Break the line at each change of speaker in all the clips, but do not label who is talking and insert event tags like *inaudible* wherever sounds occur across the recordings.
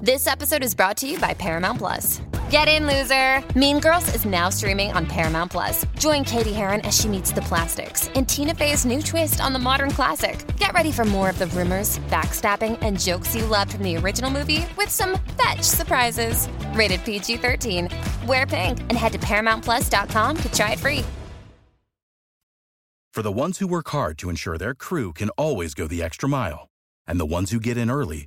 This episode is brought to you by Paramount Plus. Get in, loser! Mean Girls is now streaming on Paramount Plus. Join Katie Heron as she meets the plastics in Tina Fey's new twist on the modern classic. Get ready for more of the rumors, backstabbing, and jokes you loved from the original movie with some fetch surprises. Rated PG 13. Wear pink and head to ParamountPlus.com to try it free.
For the ones who work hard to ensure their crew can always go the extra mile, and the ones who get in early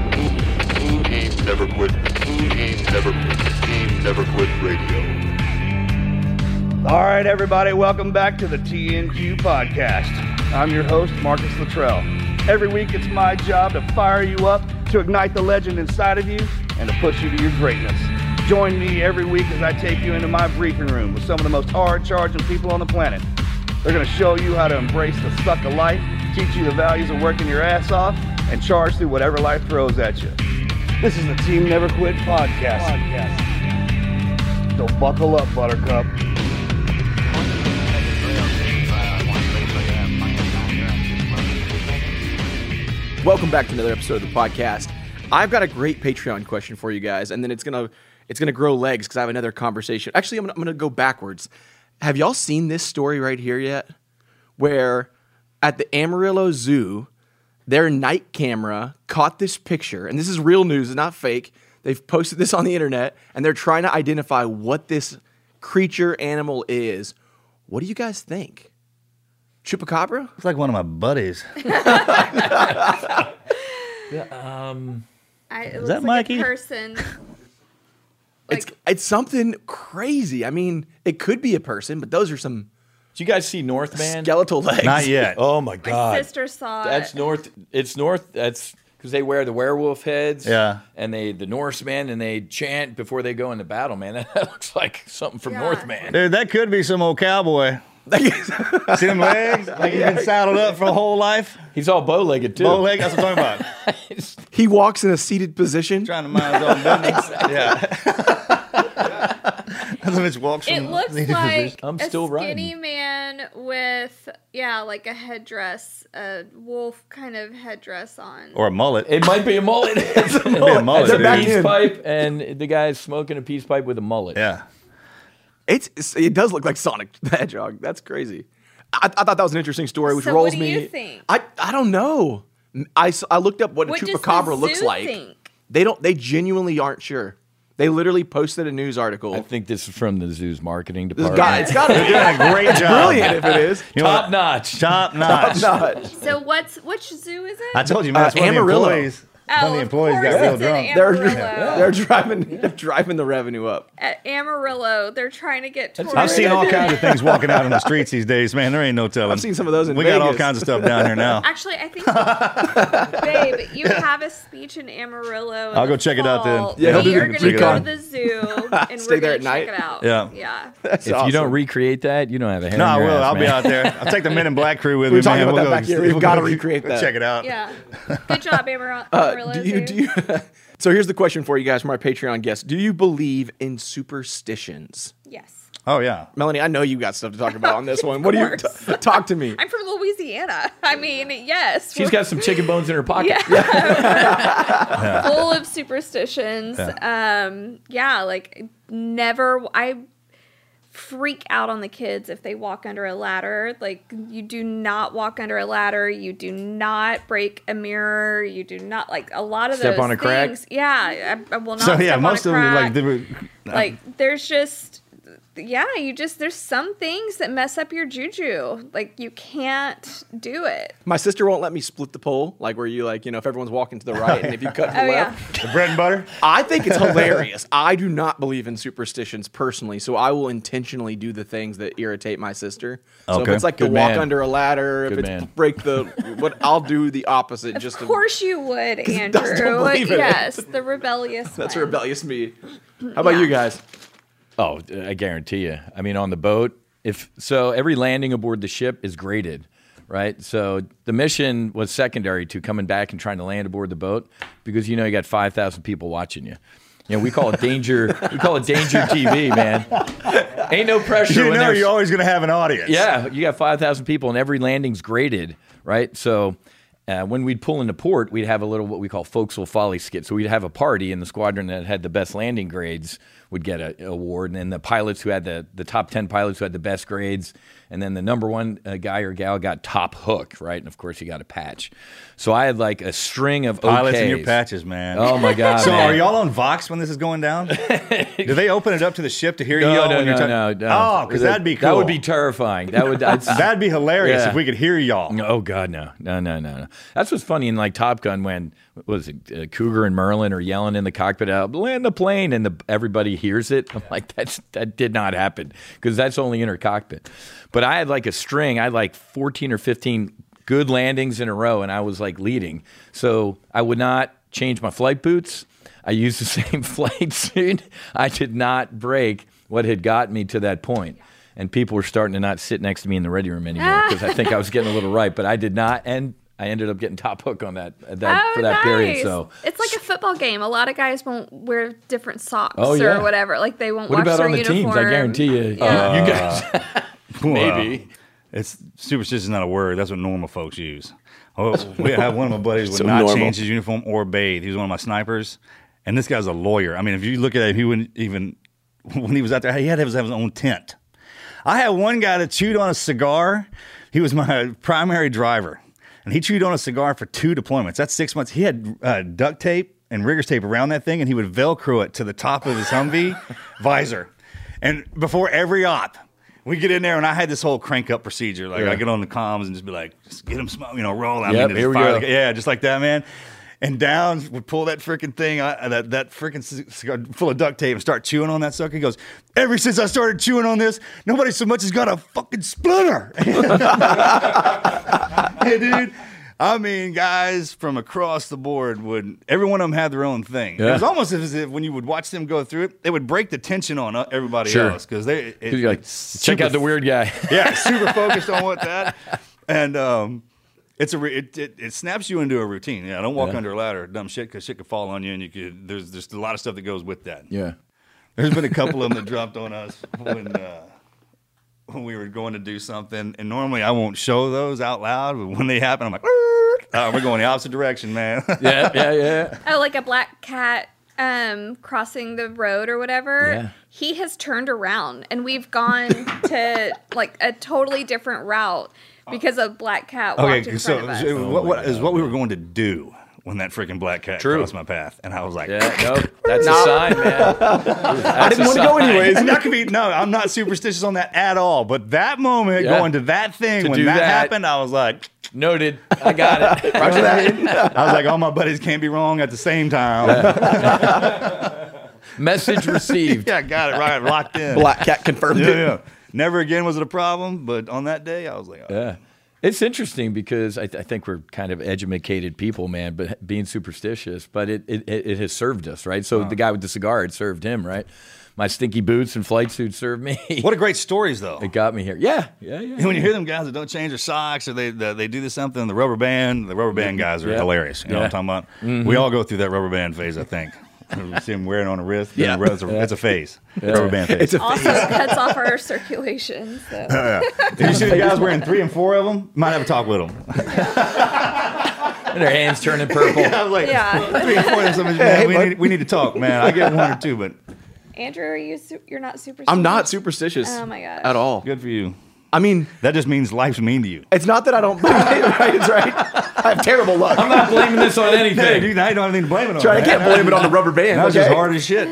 Team Never Quit. Team Never Quit. Team Never Quit Radio.
All right, everybody, welcome back to the TNQ podcast. I'm your host, Marcus Luttrell. Every week, it's my job to fire you up, to ignite the legend inside of you, and to push you to your greatness. Join me every week as I take you into my briefing room with some of the most hard-charging people on the planet. They're going to show you how to embrace the suck of life, teach you the values of working your ass off, and charge through whatever life throws at you. This is the Team Never Quit podcast. So buckle up, Buttercup.
Welcome back to another episode of the podcast. I've got a great Patreon question for you guys, and then it's gonna it's gonna grow legs because I have another conversation. Actually, I'm gonna, I'm gonna go backwards. Have y'all seen this story right here yet? Where at the Amarillo Zoo, their night camera caught this picture, and this is real news, it's not fake. They've posted this on the internet, and they're trying to identify what this creature animal is. What do you guys think? Chupacabra?
It's like one of my buddies.
*laughs*
um, I, it
Is
looks like
that Mikey?
a person.
It's
Like-
it's something crazy. I mean, it could be a person, but those are some
Do you guys see Northman?
skeletal legs.
Not
*laughs*
yet.
Oh my
My
Uh,
god.
sister saw
That's
it.
North it's North that's because they wear the werewolf heads,
Yeah.
and they the Norseman, and they chant before they go into battle. Man, *laughs* that looks like something from
Yeah.
Northman.
Dude, that could be some old cowboy. *laughs* See them legs? Like he's been saddled up for a
*laughs*
whole life.
He's all bow-legged too.
Bow leg, that's what I'm talking about.
*laughs*
he walks in a seated position.
Trying to mind his
*laughs*
own business. Yeah. that's when it walks
It
from
looks
position.
like
I'm
a
still riding.
skinny man with yeah, like a headdress, a wolf kind of headdress on.
Or
*laughs*
a mullet.
It might be a mullet. *laughs* it's a
It'd be a mullet,
It's a
dude.
back
peace
end.
pipe, and the guy's smoking a peace pipe with a mullet.
Yeah.
It's, it's- it does look like Sonic the Hedgehog. That's crazy. I, I thought that was an interesting story, which
So
rolls
what do
me.
you think?
I I don't know. I, s- I looked up what,
What
a
does the
chupacabra looks
zoo
like.
think?
They don't. They genuinely aren't sure. They literally posted a news article.
I think this is from the zoo's marketing
This
department.
guy, it's got to be
Doing
*laughs*
a great job.
brilliant if it is.
You know
Top
what?
notch.
Top notch.
Not.
So what's which zoo is it?
I told you, man, that's
Uh,
one of
*laughs*
the
Amarillo.
employees.
Oh,
one of the
of
employees got
course
real
it's in
drunk.
They're,
Amarillo.
*laughs* they're driving they're driving the revenue up.
At Amarillo, they're trying to get tourists.
I've seen all kinds of things walking out on the streets these days, man. There ain't no telling.
I've seen some of those in
we got all
Vegas.
kinds of stuff down here now.
Actually, *laughs* I think, babe,
*laughs*
you have a speech in Amarillo. in
I'll go
the
check it out then.
fall.
Yeah,
he'll
we
do
are
the
going to go
recon.
to the
*laughs*
zoo and
Stay
we're
there
going to
at
check
night?
it out.
Yeah.
yeah.
If
That's
you don't
awesome.
recreate that, you don't have a hair.
No,
in
I
your
will.
ass,
I'll be
man.
out there. I'll take the Men in
*laughs*
Black crew with
We were
me.
talking
man.
about that back here. We've gotta recreate
we'll
that. Uh,
Check it out.
Yeah. Good job,
Uh,
Amarillo. Amarillo
do
Zoo.
you, do you, *laughs* so here's the question for you guys from our Patreon guests. Do you believe in superstitions?
Yes.
Oh yeah.
Melanie, I know you got stuff to talk about on this
*laughs*
one. What do you t- talk to me?
I'm from Louisiana. *laughs* I mean, yes.
She's
we're
got some chicken bones in her pocket.
full of superstitions. Um, yeah, like never I freak out on the kids if they walk under a ladder. Like you do not walk under a ladder. You do not break a mirror. You do not like a lot of
Step
those
on a crack?
things. Yeah, I, I will not.
So yeah,
step
most of
on a
them are
crack.
like they were,
like there's just yeah you just there's some things that mess up your juju like you can't do it
My sister won't let me split the pole, like where you like, you know, if everyone's walking to the right and if you cut
*laughs*
to the
oh yeah
left.
the bread and butter.
I think it's hilarious. *laughs* I do not believe in superstitions personally, so I will intentionally do the things that irritate my sister. So if
Okay.
it's like to
Good
walk
man.
under a ladder,
Good
if it's
man. *laughs*
break the what I'll do the opposite
of
just to-
course you would
it doesn't
andrew
believe in it.
yes the rebellious
*laughs* that's
one.
rebellious me. How about you guys?
Oh, I guarantee you. I mean, on the boat, if so, every landing aboard the ship is graded, right? So the mission was secondary to coming back and trying to land aboard the boat because you know you got five thousand people watching you. You know, we call it danger. we call it danger TV,
*laughs*
man. Ain't no pressure.
You
when
know,
there's-
you're always going to have an audience.
yeah, you got 5,000 people and every landing's graded, right? So uh, when we'd pull into port, we'd have a little what we call forecastle folly skit. So we'd have a party and the squadron that had the best landing grades would get a- an award. And then the pilots who had the, the top 10 pilots who had the best grades. And then the number one uh, guy or gal got top hook, right? And of course you got a patch. So I had like a string of
Pilots in your
OKs.
patches, man.
Oh my God.
*laughs* So
man.
are y'all on Vox when this is going down? Do they open it up to the ship to hear
No,
y'all?
no,
when
no,
you're talking?
no, no.
Oh, because that'd be cool.
That would
*laughs*
be terrifying. That would I'd-
that'd be hilarious
Yeah.
if we could hear y'all.
No, Oh God, no, no, no, no, no. That's what's funny in like Top Gun when what was it uh, Cougar and Merlin are yelling in the cockpit out land the plane and the, everybody hears it. I'm like that's that did not happen because that's only in her cockpit. But I had like a string. I had like 14 or 15 good landings in a row, and I was like leading. So I would not change my flight boots. I used the *laughs* same flight suit. I did not break what had got me to that point. And people were starting to not sit next to me in the ready room
Ah.
anymore because I think I was getting a little right, but I did not. And I ended up getting top hook on that, uh, that
Oh,
for that
nice.
period. So,
it's like a football game. A lot of guys won't wear different socks
Oh, yeah.
or whatever. Like they won't.
what
wash
about
their
on the
uniform.
teams? I guarantee you,
Yeah.
Uh,
you, you guys Uh,
*laughs*
maybe.
It's superstition's not a word. That's what normal folks use. Oh, *laughs* we have one of my buddies would
So
not
normal.
change his uniform or bathe. He was one of my snipers, and this guy's a lawyer. I mean, if you look at it, he wouldn't even *laughs* when he was out there. He had to have his have his own tent. I had one guy that chewed on a cigar. He was my primary driver, and he chewed on a cigar for two deployments. That's six months. He had uh, duct tape and rigorous tape around that thing, and he would Velcro it to the top of his Humvee visor. And before every op, we get in there, and I had this whole crank up procedure. Like I get on the comms and just be like, just get him, smoke, you know, roll. I
Yep,
mean,
here we
fire
go.
the- yeah, just like that, man. And Downs would pull that freaking thing, uh, that that freaking c- cigar full of duct tape, and start chewing on that sucker. He goes, "Ever since I started chewing on this, nobody so much as got a fucking splinter." *laughs* hey, dude. I mean, guys from across the board would every one of them had their own thing. It
Yeah.
was almost as if when you would watch them go through it, they would break the tension on uh, everybody
Sure.
else because they
*laughs*
it,
You're like,
it's
check
super
out the weird
*laughs*
guy.
yeah, super focused on what that, and um, it's a re- it, it it snaps you into a routine. Yeah, don't walk under a ladder, dumb shit, because shit could fall on you, and you could there's there's a lot of stuff that goes with that.
yeah.
There's been a couple of them that dropped on us when uh, when we were going to do something, and normally I won't show those out loud, but when they happen, I'm like, "Ah, we're going the opposite direction, man.
Yeah, yeah, yeah.
Oh, like a black cat um crossing the road or whatever.
Yeah.
He has turned around and we've gone to like a totally different route because a black cat walked uh, in
okay,
front
so
of us.
it- what, what is what we were going to do when that freaking black cat
Oh True.
crossed my path, and I was like,
Yeah, no, that's a sign,
*laughs*
man. I
didn't wanna go anyways.
And that could be no, I'm not superstitious on that at all. But that
*laughs*
moment,
Yeah.
going to that thing
To
when
do
that,
that.
happened, I was like,
Noted. I got
*laughs*
it.
I
*laughs*
was like, all my buddies can't be wrong at the same time. Yeah, *laughs*
Message received.
got it right, locked in.
Black Cat confirmed
Yeah,
it.
yeah. Never again was it a problem, but on that day, I was like, oh,
Yeah. It's interesting because I, th- I think we're kind of educated people, man, but being superstitious, but it, it, it it has served us, right? So the guy with the cigar, it served him, right? My stinky boots and flight suit served me. *laughs*
what a great stories though.
it got me here. Yeah. Yeah. Yeah.
And when
*laughs*
you hear them guys that don't change their socks or they they, they do this something, the rubber band, the rubber band guys are
Yeah.
hilarious. You know what I'm talking about? We all go throrough that rubber band phase, I think. You see them wearing it on a wrist. Yeah, that's a, that's a phase. Rubber band phase.
It's a
also cuts off our circulation.
*laughs*
So
If you see the
*laughs*
guys wearing three and four of them, might have a talk with them.
And their hands
*laughs*
turning purple.
I was like,
yeah.
three and four of them. Man, we, need, we need to talk, man. I get one or two, but
Andrew, are you su- you're not superstitious?
I'm not superstitious.
Oh my gosh.
At all.
Good for you.
I mean,
That just means life's mean to you.
it's not that I don't *laughs* believe it. Right? It's right. I have terrible luck.
I'm not blaming this
*laughs*
on
Hey,
anything.
dude, now you don't have anything to blame it on.
Right, I
man.
can't blame it on the rubber band.
That was
okay?
just hard
*laughs*
as shit.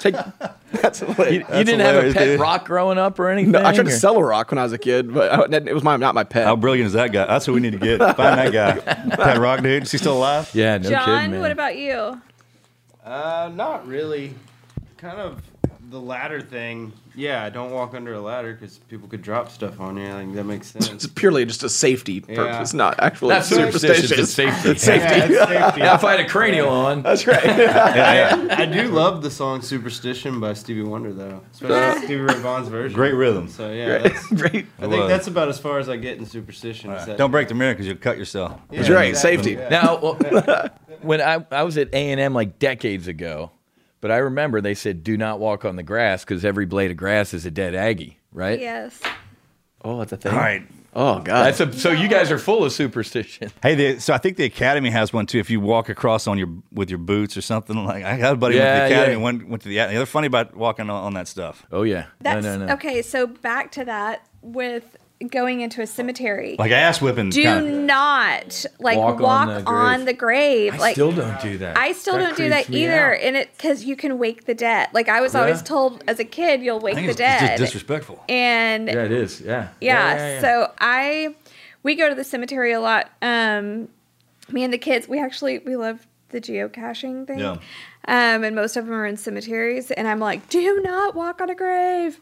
*laughs*
Take, that's
You, you
hilarious.
didn't have a
hilarious,
pet
dude.
rock growing up or anything?
No, I tried
or-
to sell a rock when I was a kid, but I, that- it was my not my pet.
How brilliant is that guy? That's who we need to get. Find that guy.
*laughs*
That rock dude. Is he still alive?
Yeah, no
John,
kidding. Man.
what about you?
Uh, not really. Kind of the ladder thing. Yeah, don't walk under a ladder because people could drop stuff on you. Like that makes
It's
sense.
purely just a safety
Yeah.
purpose, not actually
That's superstitious.
superstitious.
It's safety.
*laughs*
Yeah, it's
*laughs*
safety. *laughs*
Yeah, if I had a cranial on, *laughs*
That's right.
I do love the song "Superstition" by Stevie Wonder, though, especially
Uh.
Stevie Ray Vaughan's version.
Great rhythm.
So
*laughs*
yeah, that's,
Great.
I
Love
think
it.
that's about as far as I get in superstition. is that-
Don't break the mirror because you'll cut yourself.
Yeah,
That's right.
exactly,
Safety.
yeah.
Now,
*laughs*
well, when I, I was at A and M like decades ago, but I remember they said do not walk on the grass because every blade of grass is a dead Aggie, right?
Yes.
Oh, that's a thing.
All right.
Oh god.
That's a, so you guys are full of superstition.
Hey, the, so I think the academy has one too. If you walk across on your with your boots or something, like I had a buddy
Yeah,
went to the
yeah.
academy, and went went to the. They're funny about walking on, on that stuff.
Oh yeah.
That's
no, no, no.
okay. So back to that with going into a cemetery.
Like ass whipping.
do
kind of.
not like
Walk
walk,
on the
on,
grave.
the grave.
I
like
still don't do that.
I still don't do
creeps
that
me
either,
out.
and it because you can wake the dead. Like I was
Yeah.
always told as a kid, you'll
I
wake
think
the
it's, it's
dead.
just disrespectful.
And
Yeah, it is. Yeah.
yeah,
yeah.
so i we go to the cemetery a lot um me and the kids we actually we love the geocaching thing
Yeah.
um and most of them are in cemeteries and i'm like do not walk on a grave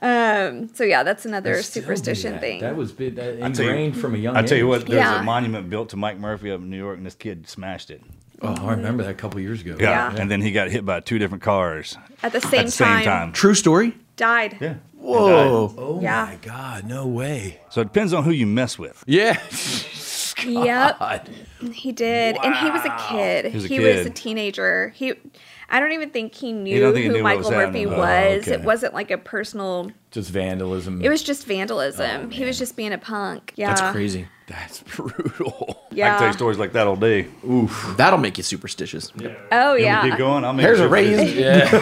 um so yeah that's another
I still do
superstition
that.
thing
That was big, that
I tell you-
ingrained from a young.
I tell you
age.
what, there's
Yeah.
a monument built to Mike Murphy up in New York, and this kid smashed it.
Oh, I remember that a couple years ago.
Yeah.
And then he got hit by two different cars
at the same,
at the same time.
True story.
died
Yeah. uh,
Whoa.
Oh
Yeah.
my God! No way.
So it depends on who you mess with. *laughs*
Yeah.
yep he did and he was a kid
was a
he was a
kid.
teenager he i don't even think he knew
don't think he
who
knew what
michael
was
murphy
happening. Oh,
was
okay.
it wasn't like a personal
Just vandalism.
It was just vandalism. he was just being a punk. Yeah.
Oh, That's crazy.
That's brutal.
I can tell
Yeah.
you stories like that all day.
That'll make you superstitious.
Oh
You want me to
yeah.
Keep going. I'll make
There's
sure
a
for this.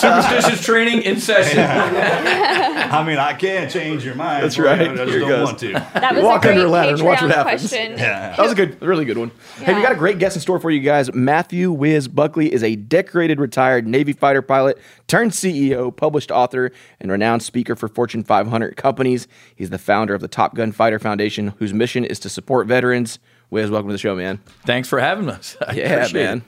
*laughs*
Superstitious training in session.
*laughs* I mean, I can change your mind.
That's
but
right.
I just
Here it
don't
goes.
want to.
That was
Walk
a great
under a ladder and watch
Patreon
what happens.
Question.
Yeah.
That was a good, a really good one. Hey, we
Yeah.
got a great guest in store for you guys. Matthew Wiz Buckley is a decorated retired Navy fighter pilot turned CEO, published author, and renowned speaker for Fortune 500 companies. He's the founder of the Top Gun Fighter Foundation, whose mission is to support veterans. Wiz, welcome to the show, man.
Thanks for having us. I
Yeah,
appreciate
man.
it.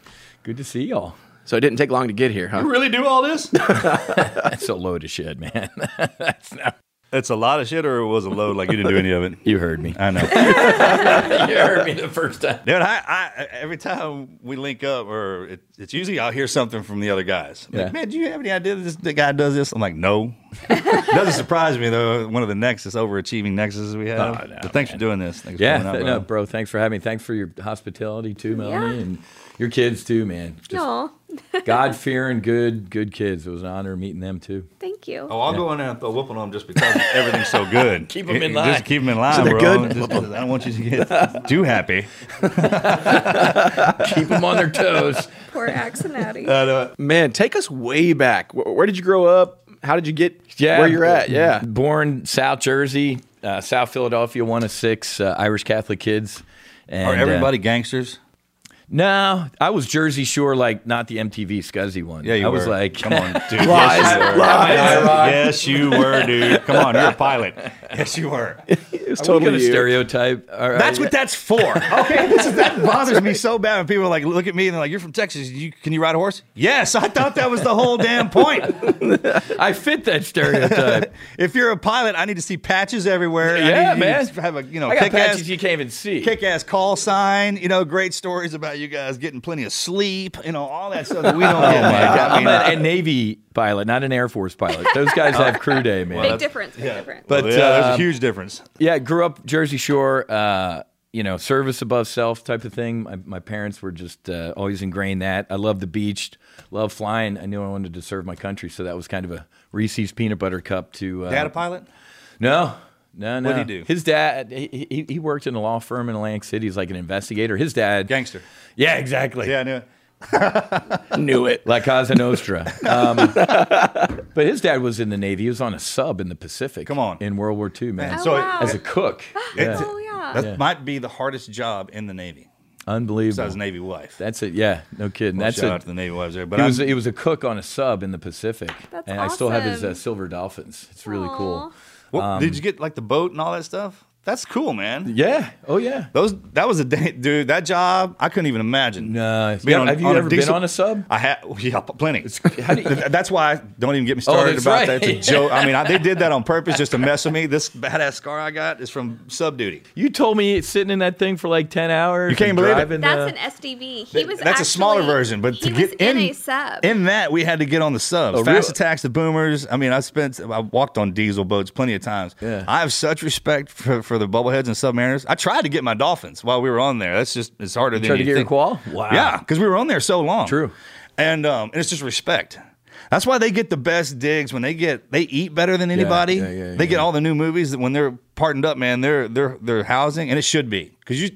Good to see y'all.
So it didn't take long to get here, huh?
really do all
*laughs*
this?
*laughs* That's a load of shit, man. *laughs* That's not,
It's a lot of shit, or it was a load. Like you didn't do any of
*laughs*
it.
you heard me.
I know.
*laughs* you heard me the first time.
Dude, I, I every time we link up, or it, it's usually I'll hear something from the other guys. I'm
Yeah.
Like, man, do you have any idea that this the guy does this? I'm like, no. *laughs* Doesn't surprise me though. One of the Nexus overachieving Nexuses we have.
Oh, no,
but thanks for doing this. Thanks
Yeah,
for coming
th-
out,
no,
bro.
bro. Thanks for having me. Thanks for your hospitality too, Melanie,
Yeah.
and your kids too, man. Just
*laughs* No,
God fearing, good, good kids. It was an honor meeting them too.
thank you.
Oh, I'll go in there and throw a whooping on them just because everything's so
*laughs*
good.
Keep 'em in
Just
line.
keep them in line,
they're
*laughs*
bro.
good?
Just- I don't want you to get too happy.
Keep them on their toes.
*laughs* Poor Axonati.
Man, take us way back. Where, where did you grow up? How did you get
Yeah,
where you're at? Yeah.
Born South Jersey, uh, South Philadelphia, one of six uh, Irish Catholic kids. And,
Are
uh,
everybody gangsters?
no, I was Jersey Shore, like not the MTV Scuzzy one.
Yeah, you
I
were.
was like,
come on,
*laughs*
dude.
Lies,
Yes, you were.
lies.
Yes, you were, dude. Come on, you're a pilot.
*laughs*
*laughs* Yes, you were.
It's
Are we
totally
gonna
you.
stereotype. All right.
That's what that's for. Okay, this is, that bothers me so bad when people like look at me and they're like, "You're from Texas. You, can you ride a horse?" Yes, I thought that was the whole damn point.
*laughs* I fit that stereotype.
*laughs* If you're a pilot, I need to see patches everywhere. I
yeah,
need you
man.
to have a you know
I got
kick
patches
ass.
you can't even see.
Kick-ass call sign, you know, great stories about you guys getting plenty of sleep, you know, all that stuff that *laughs* we *laughs* don't get. man. I
I'm
mean,
a, a Navy pilot, not an Air Force pilot. Those guys have crew day, man.
big difference. Big difference.
But
yeah, um, there's
uh,
a huge difference.
yeah, grew up Jersey Shore. Uh, you know, service above self type of thing. My, my parents were just uh, always ingrained that. I love the beach, love flying. I knew I wanted to serve my country, so that was kind of a Reese's peanut butter cup to. Uh,
Dad, a pilot?
No, no, no.
What'd he do?
His dad, he, he, he worked in a law firm in Atlantic City. He's like an investigator. His dad,
Gangster.
Yeah, exactly.
Yeah, I knew it.
Knew it.
La Casa Nostra. Um,
*laughs*
but his dad was in the Navy. He was on a sub in the Pacific.
Come on.
In World War II, man.
Man,
Oh,
so it-
wow.
As a cook.
It's-
*gasps* *gasps* Oh, yeah.
That might be the hardest job in the Navy. Besides
Unbelievable.
Navy wife.
That's it. Yeah, no kidding.
Well,
That's
shout
it.
out to the Navy wives there. But
He was,
I'm-
he was a cook on a sub in the Pacific.
That's
and I still have his uh,
awesome.
silver dolphins. It's really
Aw.
cool. Um,
what- did you get like the boat and all that stuff? That's cool, man.
Yeah. Oh, yeah.
Those that was a day, dude. That job I couldn't even imagine.
No.
Being
Yeah, have you
a
ever been
diesel-
on a sub?
I have, yeah, plenty.
how do you-
*laughs*
Oh,
Th- that's why I don't even get me started
that's
about
right.
that. It's a joke. I mean, I, they did
*laughs*
that on purpose just to mess with me. This badass scar I got is from sub duty.
You told me sitting in that thing for like 10 hours.
You can't
and
believe it.
driving
That's
the-
an SDV. He was.
uh, That's a smaller
actually-
version, but
he
to get
was in, a sub.
in that we had to get on the subs,
Oh,
fast
real-
attacks, the boomers. I mean, I spent, I walked on diesel boats plenty of times.
Yeah.
I have such respect for, for the bubbleheads and submariners. I tried to get my dolphins while we were on there. That's just it's *laughs* harder than
tried to
you
get your
think.
qual? Wow.
Yeah, because we were on there so long.
True.
and um, and it's just respect. That's why they get the best digs when they get they eat better than anybody.
yeah, yeah,
they
yeah.
get all the new movies that when they're pardoned up, man, they're they're they're housing and it should be because you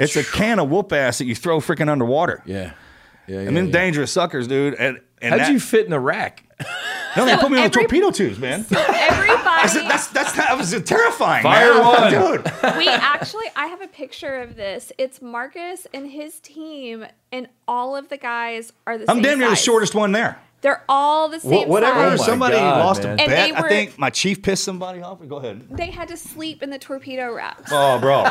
it's a can of whoop ass that you throw freaking underwater.
Yeah. Yeah. yeah
And then
yeah.
dangerous suckers, dude. And, and
How'd
that-
you fit in the rack?
No, they put me on
every-
torpedo
*laughs*
tubes, man. *laughs*
Everybody.
That's that's that's that was terrifying.
Fire
man.
one.
dude.
we actually i have a picture of this it's marcus and his team and all of the guys are the
I'm
same
damn near the
size.
shortest one there.
they're all the
Wha-
same
whatever.
Oh
Oh
my
size.
somebody
God,
lost
man.
a
And
bet.
they
I
were-
think my chief pissed somebody off. Go ahead.
they had to sleep in the torpedo racks
Oh,
*laughs*
bro.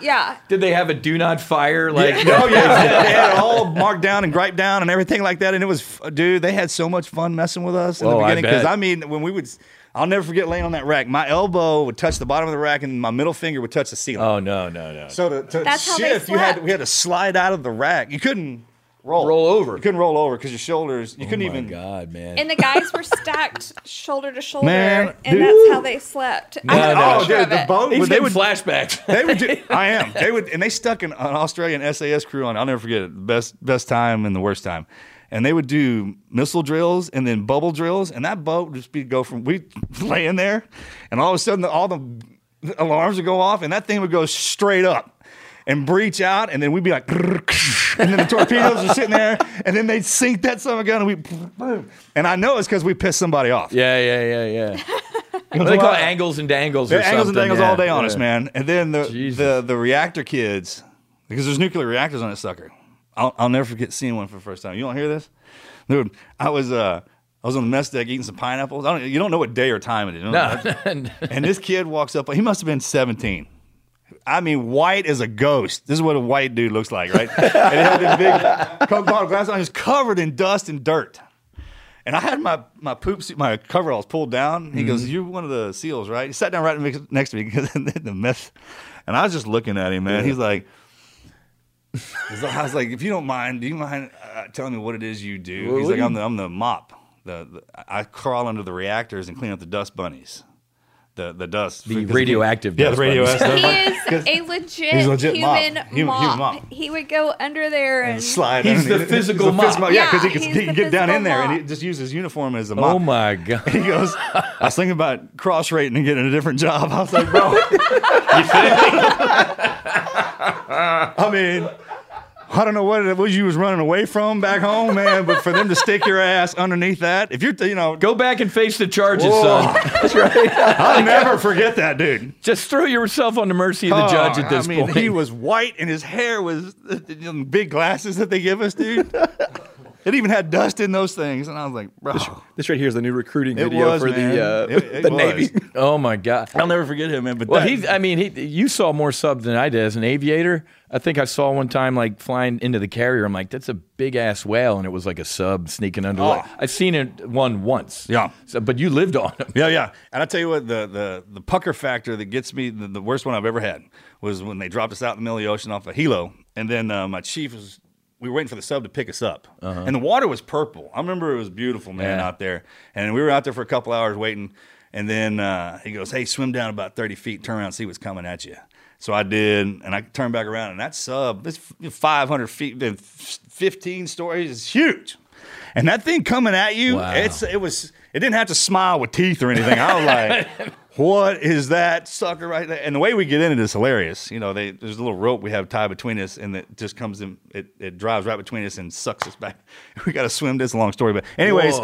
yeah
Did they have a do not fire? Like,
*laughs* oh yeah, they had it all marked down and griped down and everything like that. And it was, f- dude, they had so much fun messing with us in
Oh,
the
I
beginning. Because
bet.
I, mean, when we would, I'll never forget laying on that rack. My elbow would touch the bottom of the rack, and my middle finger would touch the ceiling.
Oh, no, no, no.
So to, to
That's how they
shift, you had
slept.
we had to slide out of the rack. You couldn't roll
Roll over.
You couldn't roll over because your shoulders. You couldn't
oh,
even.
my God, man.
and the guys were stacked shoulder to shoulder
Man,
and
dude.
that's how they slept I have
No,
a
no.
picture
dude,
of
Oh, the
it.
boat.
He's
they
getting
would
flashbacks.
*laughs* they
*laughs*
would do. I am. They would, and they stuck an, an Australian SAS crew on. I'll never forget it. Best best time and the worst time. And they would do missile drills and then bubble drills, and that boat would just be go from *laughs* we lay in there, and all of a sudden all the alarms would go off, and that thing would go straight up and breach out, and then we'd be like, *laughs* and then the torpedoes are sitting there, and then they'd sink that son of a gun, and we *laughs* boom. And I know it's because we pissed somebody off.
yeah, yeah, yeah, yeah. What do they call it? angles and dangles or
Yeah, angles and
something,
dangles
yeah,
all day on
yeah.
us, man. And then the,
Jesus.
the the reactor kids, because there's nuclear reactors on that sucker. I'll, I'll never forget seeing one for the first time. You don't hear this, dude? I was uh I was on the mess deck eating some pineapples. I don't you don't know what day or time it is. You don't know.
*laughs* No.
*laughs* and this kid walks up. He must have been 17. I mean, white as a ghost. This is what a white dude looks like, right? and he had this big *laughs* Coke bottle glass on. He was covered in dust and dirt. And I had my my poop suit, my coveralls pulled down. He
Mm-hmm.
goes, "You're one of the seals, right?" He sat down right next- next to me *laughs* because the mess. And I was just looking at him, man. He's like, he's like- I was like, "If you don't mind, do you mind uh, telling me what it is you do?"
Well,
he's
what
like,
do
"I'm the I'm the mop. The, the I crawl under the reactors and clean up the dust bunnies." The, the dust
The
because we-
radioactive
yeah
dust
the radioactive
bunnies.
dust
he
bunnies.
is a legit,
he's a legit mop.
human, mop.
Human- human mop.
He would go under there and,
slide
He's the
underneath *laughs* it.
physical
He's the
mop.
yeah because
Yeah,
he
he's
can, he can
the
get down in
physical
there and
mop.
he just uses his uniform as a mop
Oh, my God.
*laughs* He goes, I was thinking about cross rating and getting a different job. *laughs* I was like,
*laughs*
bro, you think? *laughs* I mean, I don't know what it was you was running away from back home, man, but for them to stick your ass underneath that, if you're, you know,
Go back and face the charges,
Whoa. *laughs*
son. That's *laughs* right.
I'll never forget that dude.
Just throw yourself on the mercy of the judge
Oh,
at this
I mean,
point.
He was white and his hair was them big glasses that they give us, dude. it even had dust in those things, and I was like, bro,
This right here is the new recruiting
it
video
was
for
man.
the uh,
It- it
the
was.
Navy. *laughs*
oh my god.
I'll never forget him, man. But
Well,
that-
he. I mean, he. You saw more subs than I did as an aviator. I think I saw one time like flying into the carrier. I'm like, that's a big ass whale, and it was like a sub sneaking under. Like,
Oh.
I've seen it one once.
Yeah.
So, but you lived on him.
Yeah, yeah. And I tell you what, the the the pucker factor that gets me the, the worst one I've ever had was when they dropped us out in the middle of the ocean off a Hilo, and then uh, my chief was. We were waiting for the sub to pick us up, and the water was purple. I remember it was beautiful, man,
Yeah.
out there. And we were out there for a couple hours waiting, and then uh, he goes, "Hey, swim down about thirty feet, turn around, and see what's coming at you." So I did, and I turned back around, and that sub, it's five hundred feet, then fifteen stories, is huge. And that thing coming at you,
Wow. *laughs*
it's it was it didn't have to smile with teeth or anything. I was like, What is that sucker right there? And the way we get in it is hilarious. You know, they, there's a little rope we have tied between us, and it just comes in. It, it drives right between us and sucks us back. We got to swim. That's a long story, but anyways,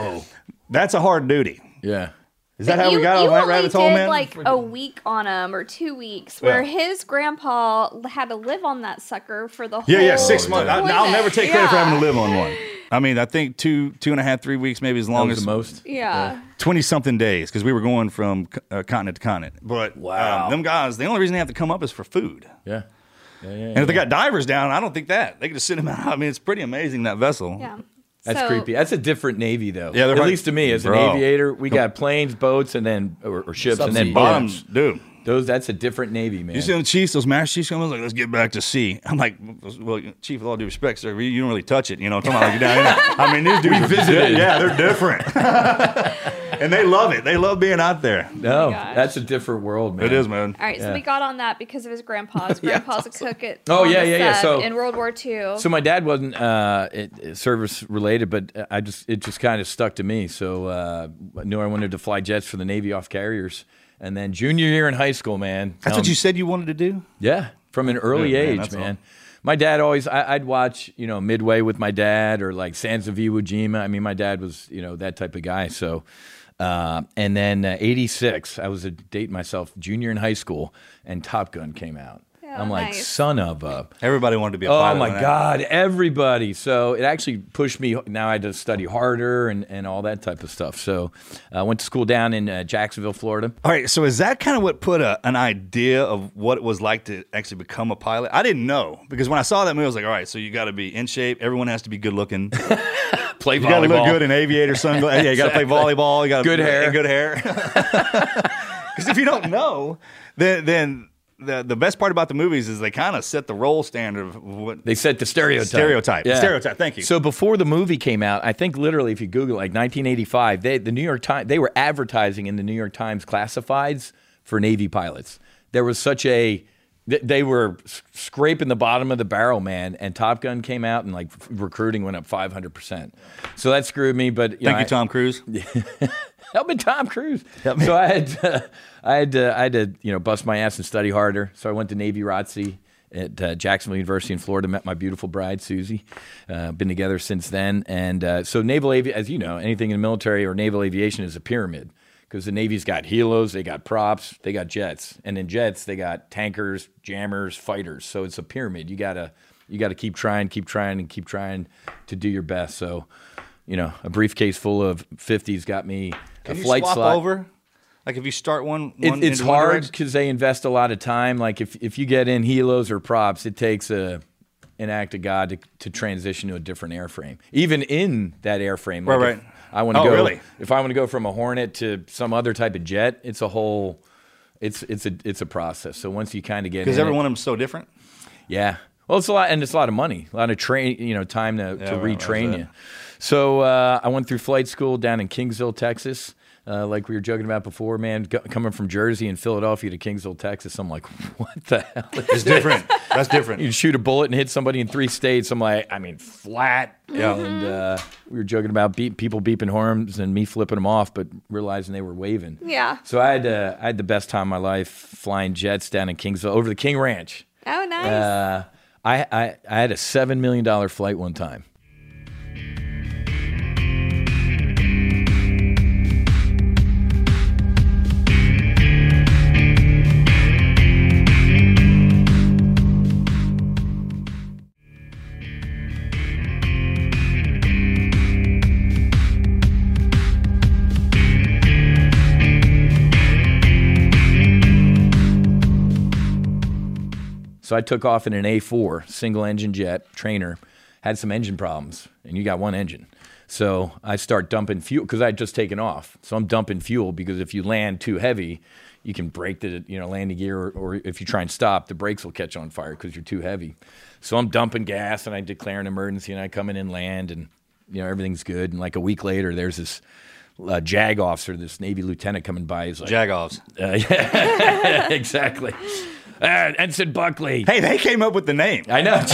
that's a hard duty.
Yeah.
Is that
But
how
you,
we got
you
on that
only
rabbit hole,
did,
man?
Like a week on him or two weeks, where
Yeah.
his grandpa l- had to live on that sucker for the whole.
Yeah,
Oh,
yeah, six months. I,
deployment.
I'll never take credit for having
Yeah.
to live on one. I mean, I think two, two and a half, three weeks, maybe as
That
long
was
as
the most.
Yeah.
20 something days because we were going from uh, continent to continent. But wow. them guys, the only reason they have to come up is for food.
Yeah. Yeah, yeah,
And if they
yeah.
got divers down, I don't think that. They could just send them out. I mean, it's pretty amazing that vessel.
Yeah.
That's
So-
creepy. That's a different navy, though.
Yeah,
Yeah,
they're
at
probably-
least to me as
Bro.
an aviator, we got planes, boats, and then or, or ships, and then
Subsea.
Bottoms,
bombs.
dude.
Those that's a different navy, man.
You see them chiefs, those master chiefs come up, like, let's get back to sea. I'm like, well, chief, with all due respect, sir, you you don't really touch it. You know, talking about like, down *laughs* here. I mean, these dudes are
visited.
Yeah, they're different. *laughs* and they love it. They love being out there.
no,
Oh gosh.
that's a different world, man.
It is, man.
All right, so we got on that because of his grandpa.
*laughs*
His grandpa's a cook at
Oh,
on
yeah,
the
yeah, yeah,
Sub
so-
in World War II.
So my dad wasn't uh, it, it service related, but uh, I just it just kind of stuck to me. So uh, I knew I wanted to fly jets for the Navy off carriers, and then junior year in high school, man.
That's
um,
what you said you wanted to do?
Yeah, from an early
man,
age,
that's
man. My dad always, I, I'd watch, you know, Midway with my dad or like Sands of Iwo Jima. I mean, my dad was, you know, that type of guy. So, uh, and then uh, 86, I was a date myself, junior in high school, and Top Gun came out.
Yeah,
I'm like,
nice.
son of a.
Everybody wanted to be a
Oh
pilot.
my
when I-
God, everybody. So it actually pushed me. Now I had to study harder and, and all that type of stuff. So I went to school down in uh, Jacksonville, Florida.
All right, so is that kind of what put a, an idea of what it was like to actually become a pilot? I didn't know because when I saw that movie, I was like, all right, so you got to be in shape. Everyone has to be good *laughs* looking. you
Play
got to look good in aviator sunglasses. Yeah,
*laughs*
you got to play volleyball. You got
Good hair.
Good hair.
*laughs*
*laughs* Because if you don't know, then then the the best part about the movies is they kind of set the role standard of what
They set the stereotype.
Stereotype. Stereotype. Thank you.
So before the movie came out, I think literally, if you Google like 1985, they the New York Times they were advertising in the New York Times classifieds for Navy pilots. There was such a th- they were s- scraping the bottom of the barrel, man. And Top Gun came out, and like f- recruiting went up 500. percent So that screwed me. But
Thank
know,
you,
I-
Tom
*laughs*
Cruise.
Help me, Tom Cruise. So I had, *laughs* to, I had, to, I had to, you know, bust my ass and study harder. So I went to Navy ROTC at uh, Jacksonville University in Florida. Met my beautiful bride, Susie. Uh, been together since then. And uh, so naval avi, as you know, anything in the military or naval aviation is a pyramid because the Navy's got helos, they got props, they got jets, and in jets they got tankers, jammers, fighters. So it's a pyramid. You gotta, you gotta keep trying, keep trying, and keep trying to do your best. So. You know, a briefcase full of 50s got me
Can
a
you
flight
swap
slot.
over? Like if you start one,
It-
one
it's
into one
hard
direction? *laughs*
because they invest a lot of time. Like if, if you get in helos or props, it takes a an act of God to, to transition to a different airframe. Even in that airframe, like
Right,
if
right.
I want to
Oh,
go.
really?
If I want to go from a Hornet to some other type of jet, it's a whole. It's it's a it's a process. So once you kind of get
because
in it-
every one of them's so different.
yeah. Well, it's a lot, and it's a lot of money, a lot of train, you know, time to, to
right, right,
retrain
right.
you. So uh, I went through flight school down in Kingsville, Texas. Uh, like we were joking about before, man, go, coming from Jersey and Philadelphia to Kingsville, Texas, I'm like, *laughs* what the hell?
It's different.
*laughs*
That's different.
You'd shoot a bullet and hit somebody in three states. I'm like, I mean, flat.
Yeah.
And uh, we were joking about beep, people beeping horns and me flipping them off, but realizing they were waving.
Yeah.
So I had uh, I had the best time of my life flying jets down in Kingsville over the King Ranch.
oh, nice.
Uh, I, I I had a seven million dollar flight one time. So I took off in an A4 single engine jet trainer, had some engine problems, and you got one engine. So I start dumping fuel because I would just taken off. So I'm dumping fuel because if you land too heavy, you can break the you know landing gear, or, or if you try and stop, the brakes will catch on fire because you're too heavy. So I'm dumping gas and I declare an emergency and I come in and land and you know everything's good. And like a week later, there's this uh, JAG officer, this Navy lieutenant coming by. He's like,
Jagoffs.
Uh, *laughs* yeah, exactly. Uh, Ensign Buckley.
Hey, they came up with the name.
I know.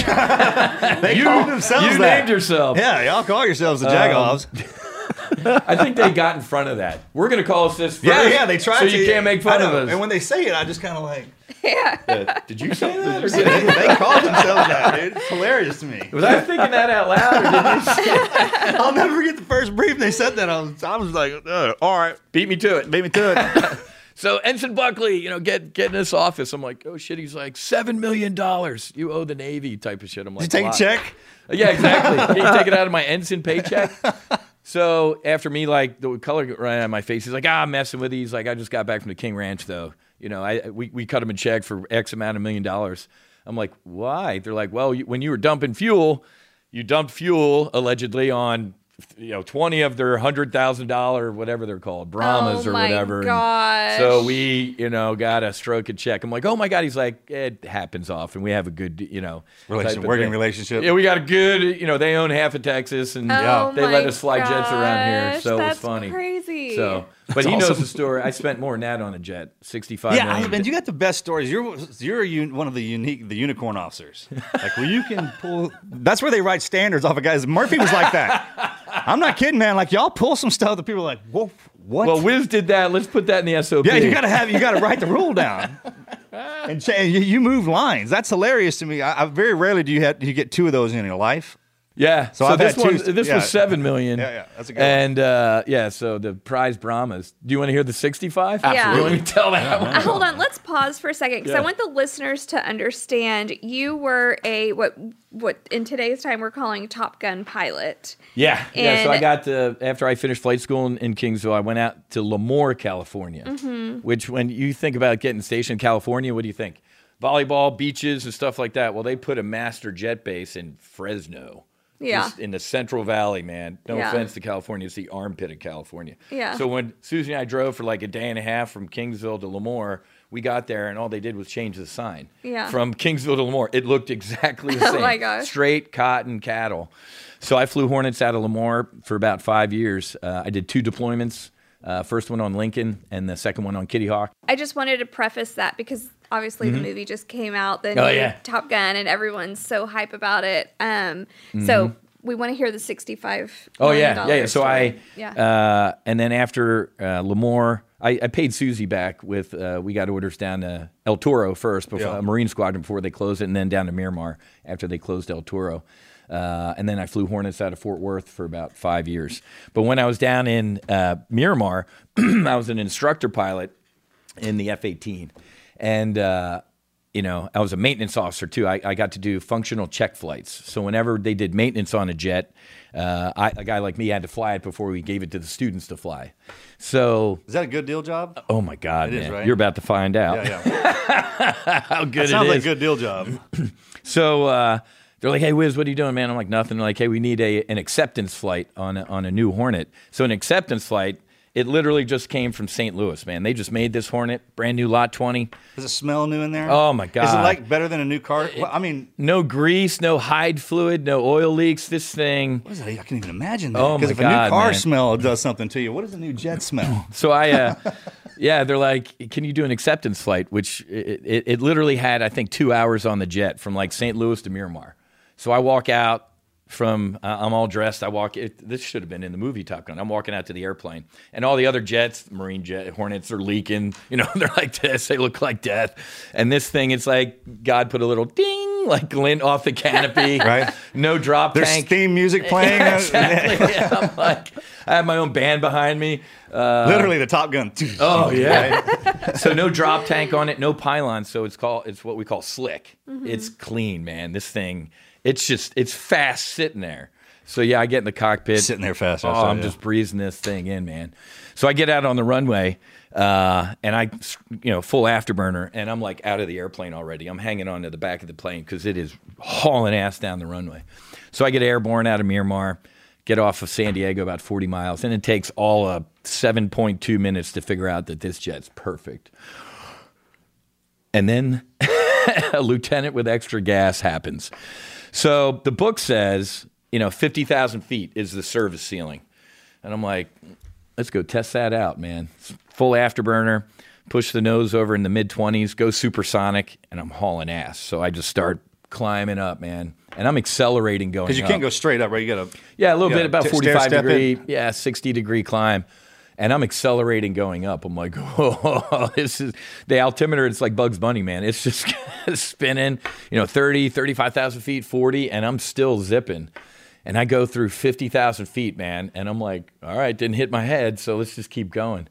*laughs* They you, called themselves
you
that.
named yourself. Um,
Yeah, y'all call yourselves the Jagoffs.
*laughs* I think they got in front of that. We're gonna call us this. First,
Yeah, yeah, they tried
So
to.
you can't make
I
fun of
know.
us.
And when they say it, I just kind of like,
*laughs* Yeah.
Uh, did you say that? Or
they, they call themselves that, dude. It's hilarious to me.
was I thinking that out loud? Or did you
*laughs* I'll never forget the first brief they said that. I was, I was like, uh, all right,
beat me to it?
beat me to it. *laughs*
So Ensign Buckley, you know, get get in this office. I'm like, oh shit. He's like, seven million dollars. You owe the Navy type of shit. I'm like,
you take
"Why?"
a check.
Yeah, exactly. Can you take it out of my ensign paycheck? So after me, like the color ran out of my face. He's like, ah, I'm messing with these. Like I just got back from the King Ranch, though. You know, I we, we cut him a check for X amount of million dollars. I'm like, why? They're like, well, you, when you were dumping fuel, you dumped fuel allegedly on, you know, twenty of their hundred thousand dollar whatever they're called, Brahmas
Oh
or
my
whatever. And
gosh.
So we, you know, got a stroke a check. I'm like, oh my god. He's like, it happens often. We have a good, you know,
Relation-
type of
working
thing.
relationship.
Yeah, we got a good. You know, they own half of Texas, and
Oh
they let
my
us fly jets around here,
gosh,
so it was
that's
funny.
crazy.
So, but he knows the story. I spent more than that on a jet. Sixty-five.
Yeah,
million.
I- and you got the best stories. You're you're a un, one of the unique the unicorn officers. Like where you
*laughs*
can pull. That's where they write standards off of guys. Murphy was like that. I'm not kidding, man. Like y'all pull some stuff that people are like, whoa, what?
well, Wiz did that. Let's put that in the SOP.
yeah, you gotta have you gotta write
*laughs*
the rule down. And cha- and you, you move lines. That's hilarious to me. I, I very rarely do you have you get two of those in your life.
Yeah. So,
I've
this
had
one,
two-
this
yeah.
was seven million.
Yeah, yeah, that's a good one.
And uh, yeah, so the prize Brahmas. Do you want to hear the sixty-five?
Absolutely.
You want me to tell that one?
Uh, hold on, let's pause for a second because I want the listeners to understand you were a what what in today's time we're calling Top Gun pilot.
Yeah, yeah. So I
And-
got to after I finished flight school in, in Kingsville, I went out to Lemoore, California.
Mm-hmm.
Which, when you think about getting stationed in California, what do you think? Volleyball, beaches, and stuff like that. Well, they put a master jet base in Fresno.
Yeah.
Just in the Central Valley, man. No
Yeah.
offense to California, it's the armpit of California.
Yeah.
So when Susie and I drove for like a day and a half from Kingsville to Lemoore, we got there and all they did was change the sign.
Yeah.
From Kingsville to Lemoore, it looked exactly the
*laughs* Oh
same.
my gosh.
Straight cotton cattle. So I flew Hornets out of Lemoore for about five years. Uh, I did two deployments. Uh, first one on Lincoln and the second one on Kitty Hawk.
I just wanted to preface that because obviously the movie just came out, the
Mm-hmm. Oh,
new
yeah.
Top Gun, and everyone's so hype about it. Um, so we want to hear the sixty-five.
Mm-hmm. Oh
million
yeah, yeah, yeah.
dollar
So I,
story. yeah.
Uh, and then after uh, Lemoore, I, I paid Susie back with uh, we got orders down to El Toro first, before
Yeah.
uh, Marine Squadron before they closed it, and then down to Miramar after they closed El Toro. Uh, and then I flew Hornets out of Fort Worth for about five years. But when I was down in uh, Miramar, *clears throat* I was an instructor pilot in the F 18. And, uh, you know, I was a maintenance officer too. I, I got to do functional check flights. So whenever they did maintenance on a jet, uh, I, a guy like me had to fly it before we gave it to the students to fly. So,
Is that a good deal job?
oh my God,
It is,
man,
right?
you're about to find out
yeah.
*laughs* how good it
Sounds like a
is.
good deal job.
So uh, they're like, "Hey, Wiz, what are you doing, man?" I'm like, "Nothing." They're like, "Hey, we need a an acceptance flight on a, on a new Hornet." So an acceptance flight, it literally just came from St. Louis, man. They just made this Hornet, brand new Lot 20,
Does it smell new in there?
Oh, my
Is it
God.
like better than a new car? Well, I mean,
no grease, no hide fluid, no oil leaks. This thing.
What is that? I can't even imagine that.
Oh,
Because
my
if a
God,
new car
man.
smell does something to you, what does a new
*laughs*
jet smell?
So I, uh, yeah, they're like, "Can you do an acceptance flight?" Which it, it, it literally had, I think, two hours on the jet from like St. Louis to Miramar. So I walk out from, uh, I'm all dressed. I walk. It, this should have been in the movie Top Gun. I'm walking out to the airplane, and all the other jets, Marine jet, Hornets, are leaking. *laughs* You know, they're like this. They look like death. And this thing, it's like God put a little ding, like glint off the canopy.
Right.
No drop
There's
tank.
theme
*laughs*
music playing. *laughs*
exactly. Yeah, I'm like, I have my own band behind me. uh,
Literally the Top Gun.
Oh
*laughs*
yeah. so no drop tank on it, no pylon. So it's called it's what we call slick. It's clean, man. This thing, it's just it's fast sitting there. So yeah, I get in the cockpit,
Sitting there fast, I
Oh,
saw,
I'm
yeah.
just breezing this thing in, man. So I get out on the runway, uh, and I, you know, full afterburner, and I'm like out of the airplane already. I'm hanging on to the back of the plane because it is hauling ass down the runway. So I get airborne out of Miramar, get off of San Diego about 40 miles, and it takes all of 7.2 minutes to figure out that this jet's perfect. And then *laughs* a lieutenant with extra gas happens. So the book says, you know, 50,000 feet is the service ceiling. And I'm like, let's go test that out, man. Full afterburner, push the nose over in the mid 20s, go supersonic, and I'm hauling ass. So I just start climbing up, man. and I'm accelerating going
Because you
up.
can't go straight up, right? You got to.
Yeah, a little
Yeah,
bit, about
t-
45
stair-step
degree, yeah, 60 degree climb. And I'm accelerating going up. I'm like, *laughs* oh, this is the altimeter. It's like Bugs Bunny, man. It's just *laughs* spinning, you know, 30, 35,000 feet, 40, and I'm still zipping. And I go through 50,000 feet, man. And I'm like, all right, didn't hit my head. So let's just keep going.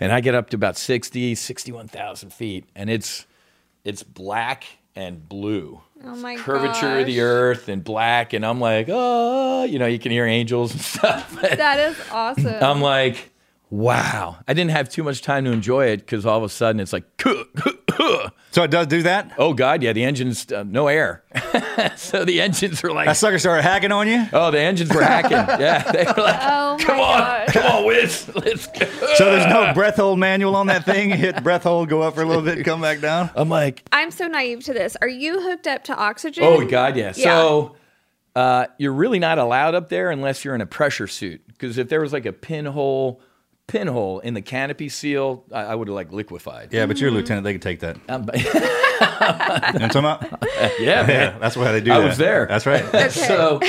And I get up to about 60, 61,000 feet. And it's, it's black and blue.
Oh my
Curvature of the
gosh.
earth and black. And I'm like, oh, you know, you can hear angels and *laughs* stuff.
That is awesome.
I'm like, wow. I didn't have too much time to enjoy it because all of a sudden it's like, *laughs*
So it does do that?
oh God, yeah, the engine's uh, no air. *laughs* so the engines were
That
like,
sucker started hacking on you?
oh, the engines were
*laughs*
hacking. yeah. They were like,
oh my
come on,
gosh.
come on, Wiz. *laughs* Let's go.
So there's no breath hold manual on that thing. You hit breath hold, go up for a little bit, come back down.
I'm like,
I'm so naive to this. Are you hooked up to oxygen?
Oh God, yeah. So uh, you're really not allowed up there unless you're in a pressure suit. Because if there was like a pinhole, pinhole in the canopy seal, I, I would have like liquefied.
Yeah, but you're a lieutenant. They can take that. You know
*laughs* Um,
what I'm talking about?
yeah, man.
Yeah, that's why they do
I
that.
was there.
That's right.
Okay.
So,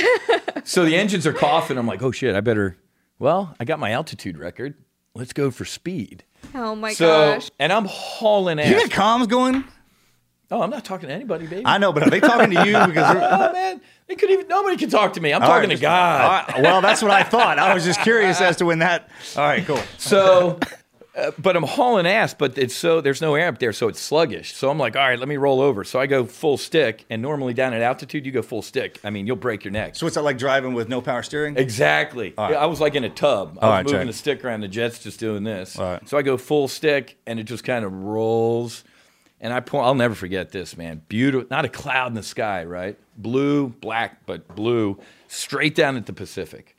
so the engines are coughing. I'm like, oh shit, I better. Well, I got my altitude record. Let's go for speed.
oh my
so,
gosh.
and I'm hauling
You got
ass.
comms going?
Oh, I'm not talking to anybody, baby.
I know, but are they
*laughs*
talking to you? Because they're-
oh man, they could even nobody can talk to me. I'm
All right,
talking to
just-
God.
all right, well, that's what I thought. I was just curious as to when that. All right, cool.
So, uh, but I'm hauling ass, but it's so there's no air up there, so it's sluggish. So I'm like, all right, let me roll over. So I go full stick, and normally down at altitude, you go full stick. I mean, you'll break your neck.
So what's that like driving with no power steering?
Exactly.
right.
Yeah, I was like in a tub. I
All
was
right,
moving
check.
the stick around. The jet's just doing this.
All right.
So I go full stick, and it just kind of rolls. And I point. I'll never forget this, man. Beautiful. Not a cloud in the sky, right? Blue, black, but blue. Straight down at the Pacific.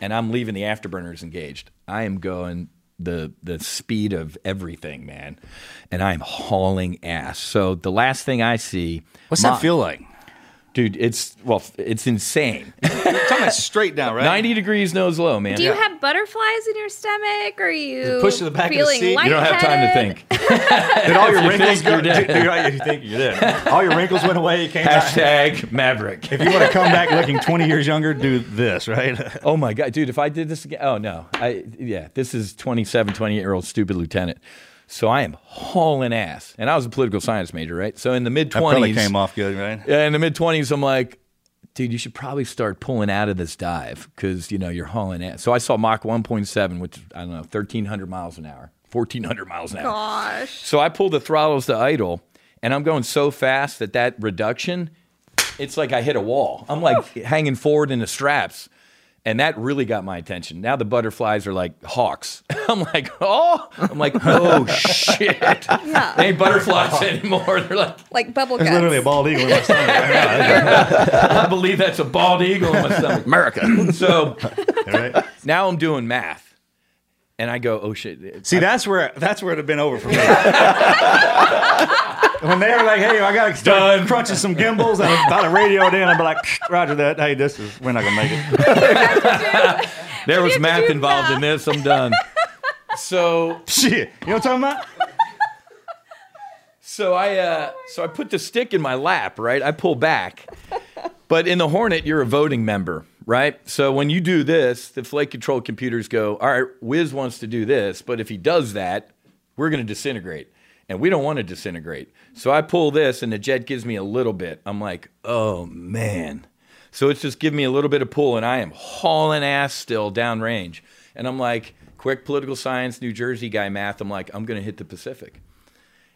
And I'm leaving the afterburners engaged. I am going the the speed of everything, man. And I'm hauling ass. So the last thing I see,
What's
my-
that feel like?
dude? It's well, it's insane.
You're *laughs* talking about straight down, right?
90 degrees nose low, man.
Do you have butterflies in your stomach? Are you
push to the back of the
feeling
seat?
You don't have time to
lightheaded? *laughs*
think.
Did all your
you
wrinkles
think you're
go?
dead.
Did, did all- you think
*laughs*
you're dead? All your wrinkles went away. You came back.
Hashtag Maverick.
If you want to come back looking 20 years younger, do this, right?
*laughs* Oh my God, dude, if I did this again, oh no. I Yeah, this is 27, 28 year old stupid lieutenant. So I am hauling ass. And I was a political science major, right? So in the mid 20s.
That probably came off good, right?
Yeah, in the mid 20s, I'm like, dude, you should probably start pulling out of this dive because, you know, you're hauling ass. So I saw Mach 1.7, which, I don't know, 1,300 miles an hour, 1,400 miles an hour.
Gosh.
So I pull the throttles to idle, and I'm going so fast that that reduction, it's like I hit a wall. I'm like hanging forward in the straps. And that really got my attention. Now the butterflies are like hawks. *laughs* I'm like, oh, I'm like, oh shit.
Yeah.
They ain't butterflies *laughs* anymore. They're like,
Like bubble
There's literally a
guts.
bald eagle in my stomach
*laughs*
right
I believe that's a bald eagle in my stomach. America.
*laughs*
So
now. Right?
now I'm doing math. And I go, oh shit.
See, that's where that's where it'd have been over for me. *laughs* when they were like, "Hey, I got to start crunching some gimbals and about a radio day," and I'd be like, "Roger that. Hey, this is we're not gonna make
*laughs*
it."
*laughs* there was
you have to
math
do
involved
math.
in this. I'm done.
*laughs*
So
Shit, you know what I'm talking about?
So I uh, so I put the stick in my lap, right? I pull back. But in the Hornet, you're a voting member, right? So when you do this, the flight control computers go, all right, Wiz wants to do this, but if he does that, we're going to disintegrate. And we don't want to disintegrate. So I pull this, and the jet gives me a little bit. I'm like, oh man. So it's just giving me a little bit of pull, and I am hauling ass still downrange. And I'm like, quick political science, New Jersey guy math. I'm like, I'm going to hit the Pacific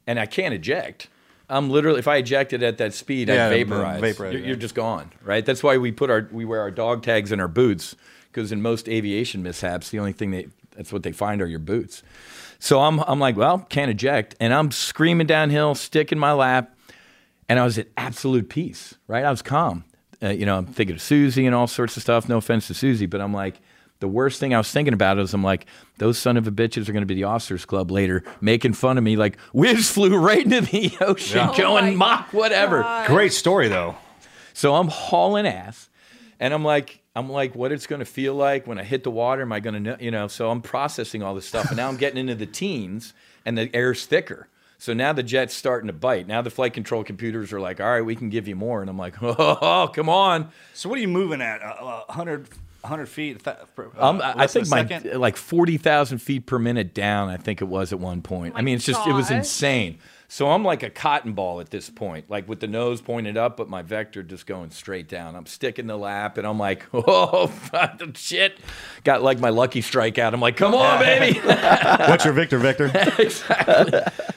and I can't eject. I'm literally, if I ejected at that speed,
Yeah,
I'd vaporize.
vaporize,
you're,
yeah.
you're just gone, right? That's why we put our, we wear our dog tags in our boots because in most aviation mishaps, the only thing they, that's what they find are your boots. So I'm, I'm like, well, can't eject. And I'm screaming downhill, stick in my lap. And I was at absolute peace, right? I was calm. Uh, you know, I'm thinking of Susie and all sorts of stuff. No offense to Susie, but I'm like, the worst thing I was thinking about is I'm like, those son of a bitches are going to be the officers club later making fun of me. Like, Wiz flew right into the *laughs* ocean
Yeah.
my
going mock whatever.
Great story though.
So I'm hauling ass, and I'm like, I'm like, what it's going to feel like when I hit the water? Am I going to know? You know. So I'm processing all this stuff, and now I'm getting into the teens, and the air's thicker. So now the jet's starting to bite. Now the flight control computers are like, all right, we can give you more. And I'm like, *laughs* oh, come on.
So what are you moving at? Uh, Uh, 100, 100 feet? Th- per- uh,
Um, I I
less than
think
a
my
second?
like forty thousand feet per minute down. I think it was at one point. I mean, it's just it was
gosh.
insane. So I'm like a cotton ball at this point, like with the nose pointed up, but my vector just going straight down. I'm sticking the lap, and I'm like, *laughs* oh shit! Got like my lucky strike out. I'm like, come
*laughs*
on, baby!
What's your Victor, Victor?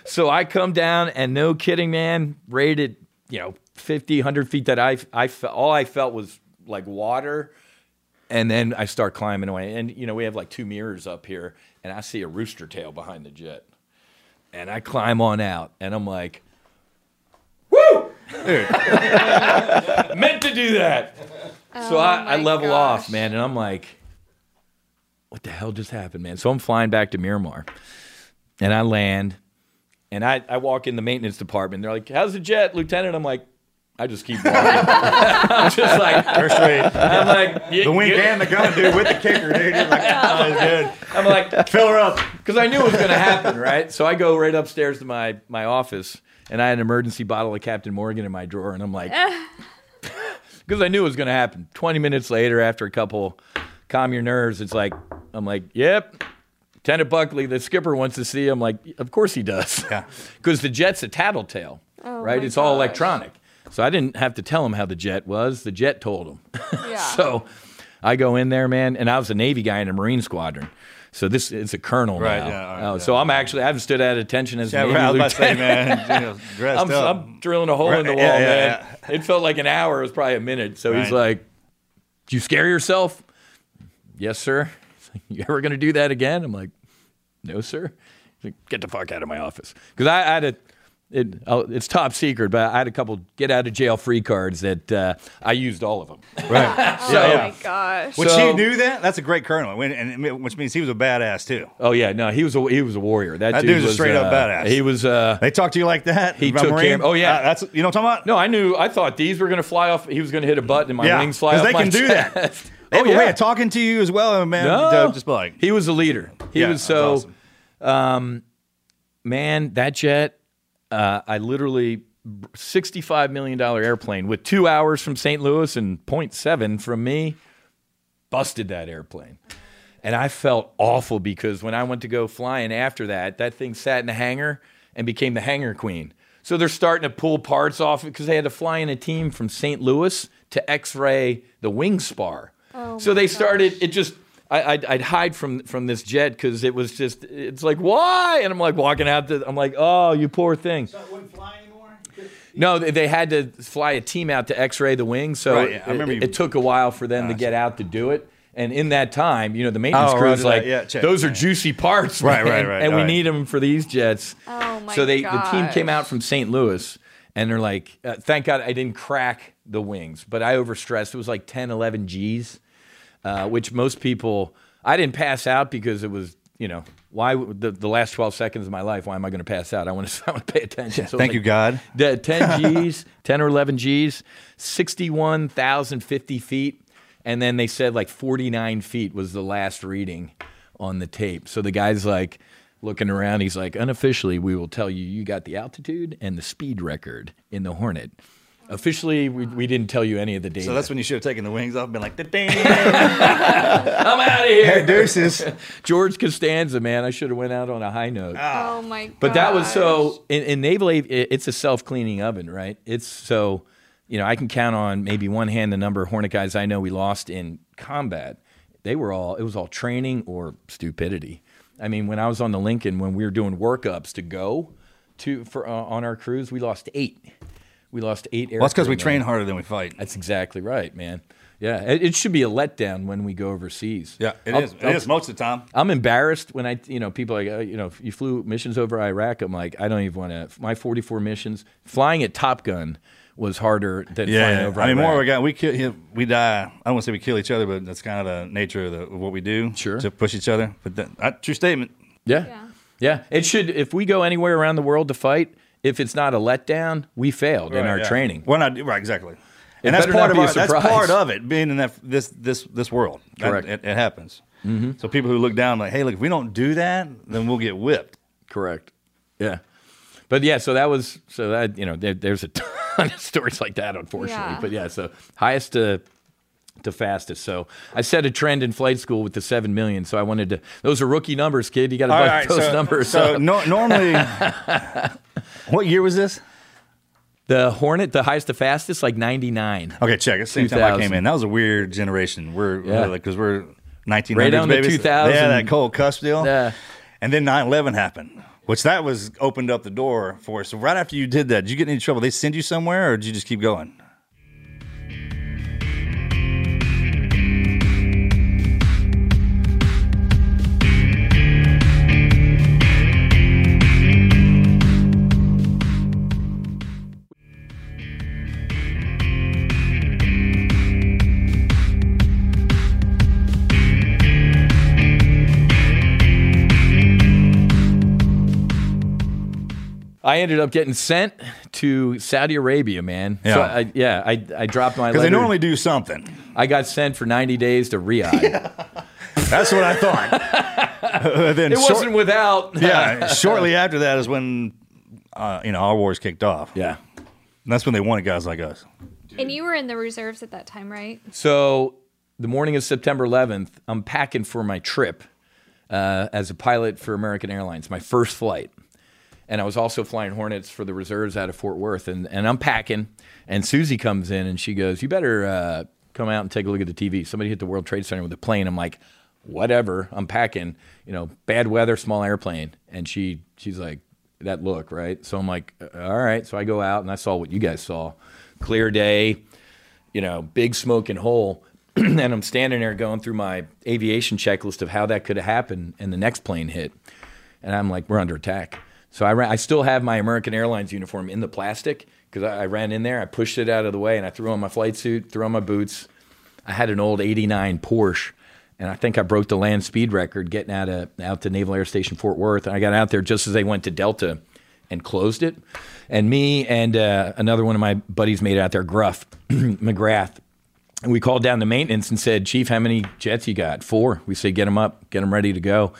so I come down, and no kidding, man, rated you know 50, 100 feet that I I fe- all I felt was like water, and then I start climbing away, and you know we have like two mirrors up here, and I see a rooster tail behind the jet, and I climb on out, and I'm like, *laughs* woo, meant to do that. So I, I
Oh my
level
gosh.
off, man, and I'm like, what the hell just happened, man? So I'm flying back to Miramar, and I land. And I, I walk in the maintenance department. They're like, "How's the jet, Lieutenant?" I'm like, "I just keep
*laughs*
walking." I'm just like,
First rate.
I'm like, *laughs* "You-
The wink
you-"
and the gun, dude, with the kicker,
*laughs*
dude. You're like, oh, good.
I'm like,
Fill her up.
because I knew it was going to happen, right? So I go right upstairs to my my office, and I had an emergency bottle of Captain Morgan in my drawer, and I'm
*laughs*
like, because I knew it was going to happen. Twenty minutes later, after a couple, calm your nerves. It's like, I'm like, yep. Lieutenant Buckley, the skipper wants to see. you." I'm like, of course he does, *laughs* because the jet's a tattletale, right?
Oh my
It's all electronic, so I didn't have to tell him how the jet was. The jet told him. *laughs*
Yeah.
So I go in there, man, and I was a Navy guy in a Marine squadron. So this it's a colonel
Right,
now.
yeah, all right,
Oh,
yeah.
So I'm actually I haven't stood at attention as
Yeah,
a Navy
I was about to say,
lieutenant. *laughs*
man, *laughs* you know, dressed
I'm,
up.
I'm drilling a hole in the
Right,
wall,
yeah, yeah,
man. It felt like an hour. It was probably a minute. So he's
Right.
like, "Do you scare yourself?" Yes, sir. *laughs* He's like, you ever going to do that again? I'm like, "No, sir." He's like, Get the fuck out of my office because I, I had a. It, oh, it's top secret, but I had a couple get out of jail free cards that uh, I used all of them. *laughs*
right.
Oh my gosh.
Which
So-
he knew that. That's a great colonel, When- and it- which means he was a badass too.
Oh yeah, no, he was a he was a warrior. That,
That
dude
dude's a
was,
straight up
uh,
badass.
He was uh
They talk to you like that.
He
about
took
Marine?
care of- oh, yeah.
Uh, that's you know what I'm talking about.
no, I knew I thought these were gonna fly off. He was gonna hit a button and my
yeah,
wings fly off.
they
my
can do
chest.
that. They have
Oh,
a way
yeah.
of talking to you as well, and man.
No,
Just like
he was a leader. He
Yeah,
was
that's
so. um,
awesome.
man, that jet, uh, I literally $65 million airplane with two hours from St. Louis and 0.7 from me, busted that airplane. And I felt awful because when I went to go flying after that, that thing sat in the hangar and became the hangar queen. So they're starting to pull parts off because they had to fly in a team from St. Louis to X-ray the wing spar. so they started. It just I, I'd, I'd hide from from this jet because it was just it's like why and I'm like walking out the I'm like oh you poor thing. No, they, they had to fly a team out to X-ray the wing, so
Right, yeah, I
it-
remember
it,
you-
it took a while for them to get out to do it. And in that time, you know, the maintenance
Oh,
crew
right,
was
right,
like,
yeah, check,
"Those are
yeah.
juicy parts,
Right,
man,
right, right,
and we
right.
need them for these jets."
Oh, my
So they the team came
gosh.
out from St. Louis, and they're like, uh, "Thank God I didn't crack the wings, but I overstressed. It was like 10, 11 G's." uh, which most people I didn't pass out because it was you know why would- the, the last 12 seconds of my life why am I going to pass out I want to *laughs* I want to pay attention so it was
thank you, God.
the
*laughs*
10 G's 10 or 11 G's 61,050 feet and then they said like 49 feet was the last reading on the tape so the guy's like looking around he's like unofficially we will tell you you got the altitude and the speed record in the Hornet officially we, we didn't tell you any of the data
So that's when you should have taken the wings off and been like,
*laughs*
ding.
I'm out of here
deuces.
*laughs* George Costanza, man, I should have went out on a high note.
Ah.
oh my gosh.
but that was so in, in naval avi- it- it's a self cleaning oven, right? It's so you know I can count on maybe one hand the number of Hornet guys I know we lost in combat. They were all it was all training or stupidity. I mean, when I was on the Lincoln, when we were doing workups to go to for uh, on our cruise, we lost eight. We lost eight.
Well, that's because we
aircrew, man.
train harder than we fight.
That's exactly right, man. Yeah, it, it should be a letdown when we go overseas.
Yeah, it is.
I'll-
It
I'll-
is most of the time.
I'm embarrassed when I, you know, people are like, oh, you know, you flew missions over Iraq. I'm like, I don't even want to. My 44 missions, flying at Top Gun was harder than flying over
I mean,
Iraq.
more we got we kill we die. I don't want to say we kill each other, but that's kind of the nature of, the, of what we do.
Sure.
to push each other. But that, uh, true statement.
yeah. yeah.
Yeah.
It should, if we go anywhere around the world to fight, if it's not a letdown, we failed in
Right,
our
yeah.
training.
Well, not right, exactly.
It
and that's
better not
part of
be a
our, that's
surprise.
part of it being in that this this this world. That-
Correct. Mm-hmm.
it, it happens. So people who look down like, hey, look, if we don't do that, then we'll get whipped.
Correct. Yeah. But yeah, so that was so that you know there, there's a ton of stories like that, unfortunately.
Yeah.
But yeah, so highest to to fastest. So I set a trend in flight school with the seven million. So I wanted to. Those are rookie numbers, kid. You got to
All
bust
right,
those
so,
numbers. *laughs*
So
up.
no, normally, what year was this?
the Hornet, the highest to fastest, like ninety nine.
Okay, check it. Same time I
2000.
came in. That was a weird generation. We're,
Yeah.
we're like because we're 1900s
Right on the
babies.
2000.
Yeah, that cold cusp deal.
Yeah.
And then 9/11 happened, which that was opened up the door for us. So right after you did that, did you get in any trouble? They send you somewhere, or did you just keep going?
I ended up getting sent to Saudi Arabia, man.
Yeah.
so I, yeah. I, I dropped my
Because
letter.
they normally
*laughs*
do something. *laughs*
I got sent for ninety days to Riyadh.
That's what I thought. Uh, *laughs* then
It
short-
wasn't without. *laughs*
*laughs* yeah. Shortly after that is when uh, you know our wars kicked off.
yeah.
And that's when they wanted guys like us.
And you were in the reserves at that time, right?
So the morning of September 11th, I'm packing for my trip uh, as a pilot for American Airlines, my first flight. And I was also flying Hornets for the reserves out of Fort Worth. And, and I'm packing, and Susie comes in and she goes, You better uh, come out and take a look at the TV. Somebody hit the World Trade Center with a plane. I'm like, Whatever, I'm packing, you know, bad weather, small airplane. And she, she's like, That look, right? So I'm like, All right. So I go out and I saw what you guys saw clear day, you know, big smoking hole. *clears throat* and I'm standing there going through my aviation checklist of how that could have happened, and the next plane hit. And I'm like, we're under attack. So I, ran, I still have my American Airlines uniform in the plastic because I, I ran in there, I pushed it out of the way, and I threw on my flight suit, threw on my boots. I had an old 89 Porsche, and I think I broke the land speed record getting out, of, out to Naval Air Station Fort Worth. And I got out there just as they went to Delta and closed it. And me and uh, another one of my buddies made it out there, Gruff *clears throat* McGrath. And we called down to maintenance and said, Chief, how many jets you got? Four. We said, get them up, get them ready to go.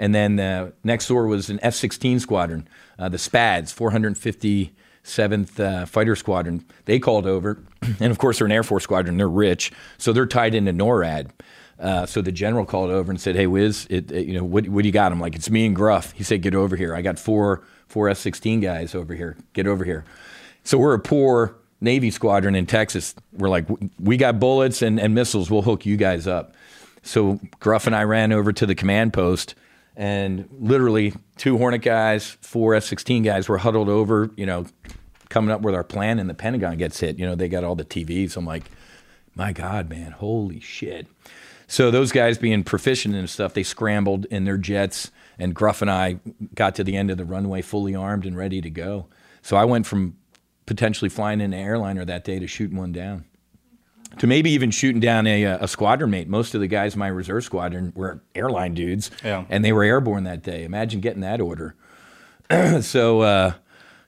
And then uh, next door was an F 16 squadron, uh, the SPADs, 457th uh, Fighter Squadron. They called over. *clears throat* And of course, they're an Air Force squadron. They're rich. So they're tied into NORAD. Uh, so the general called over and said, "Hey, Wiz, it, it- you know what? What do you got?" I'm like, "It's me and Gruff." He said, "Get over here. I got four four F-16 guys over here. Get over here." So we're a poor Navy squadron in Texas. We're like, "W- "We got bullets and, and missiles. We'll hook you guys up." So Gruff and I ran over to the command post, and literally two Hornet guys, four F-16 guys were huddled over, you know, coming up with our plan, and the Pentagon gets hit. You know, they got all the TVs. I'm like, my God, man, holy shit. So those guys being proficient and stuff, they scrambled in their jets, and Gruff and I got to the end of the runway fully armed and ready to go. So I went from potentially flying in an airliner that day to shooting one down, to maybe even shooting down a, uh, a squadron mate. Most of the guys in my reserve squadron were airline dudes,
Yeah.
and they were airborne that day. Imagine getting that order. *clears throat* so uh,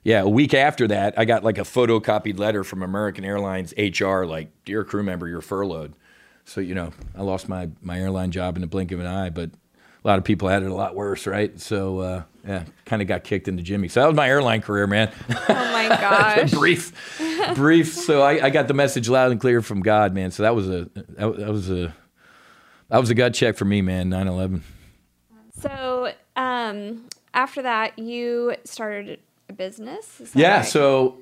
yeah, a week after that, I got like a photocopied letter from American Airlines HR, like, "Dear crew member, you're furloughed." So you know, I lost my my airline job in the blink of an eye, but a lot of people had it a lot worse, right? So uh, yeah, kind of got kicked into Jimmy. So that was my airline career, man.
Oh
*laughs*
my gosh.
brief, brief. So I, I got the message loud and clear from God, man. So that was a that, that was a that was a gut check for me, man. 9-11.
So um, after that, you started a business. is that
Yeah,
right?
so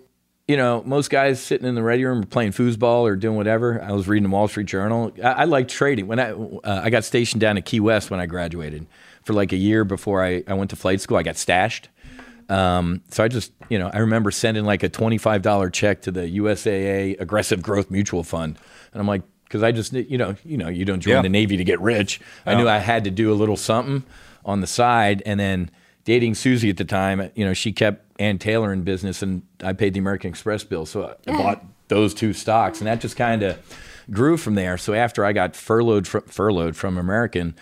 you know, most guys sitting in the ready room playing foosball or doing whatever. I was reading the Wall Street Journal. I, I like trading. When I uh, I got stationed down at Key West when I graduated for like a year before I, I went to flight school, I got stashed. Um, so I just, you know, I remember sending like a $25 check to the USAA Aggressive Growth Mutual Fund. And I'm like, because I just, knew- you know, you know, you don't join
Yeah.
the Navy to get rich. I knew I had to do a little something on the side. And then dating Susie at the time, you know, she kept Ann Taylor in business and I paid the American Express bill. So I bought those two stocks and that just kind of grew from there. So after I got furloughed, fr- furloughed from American,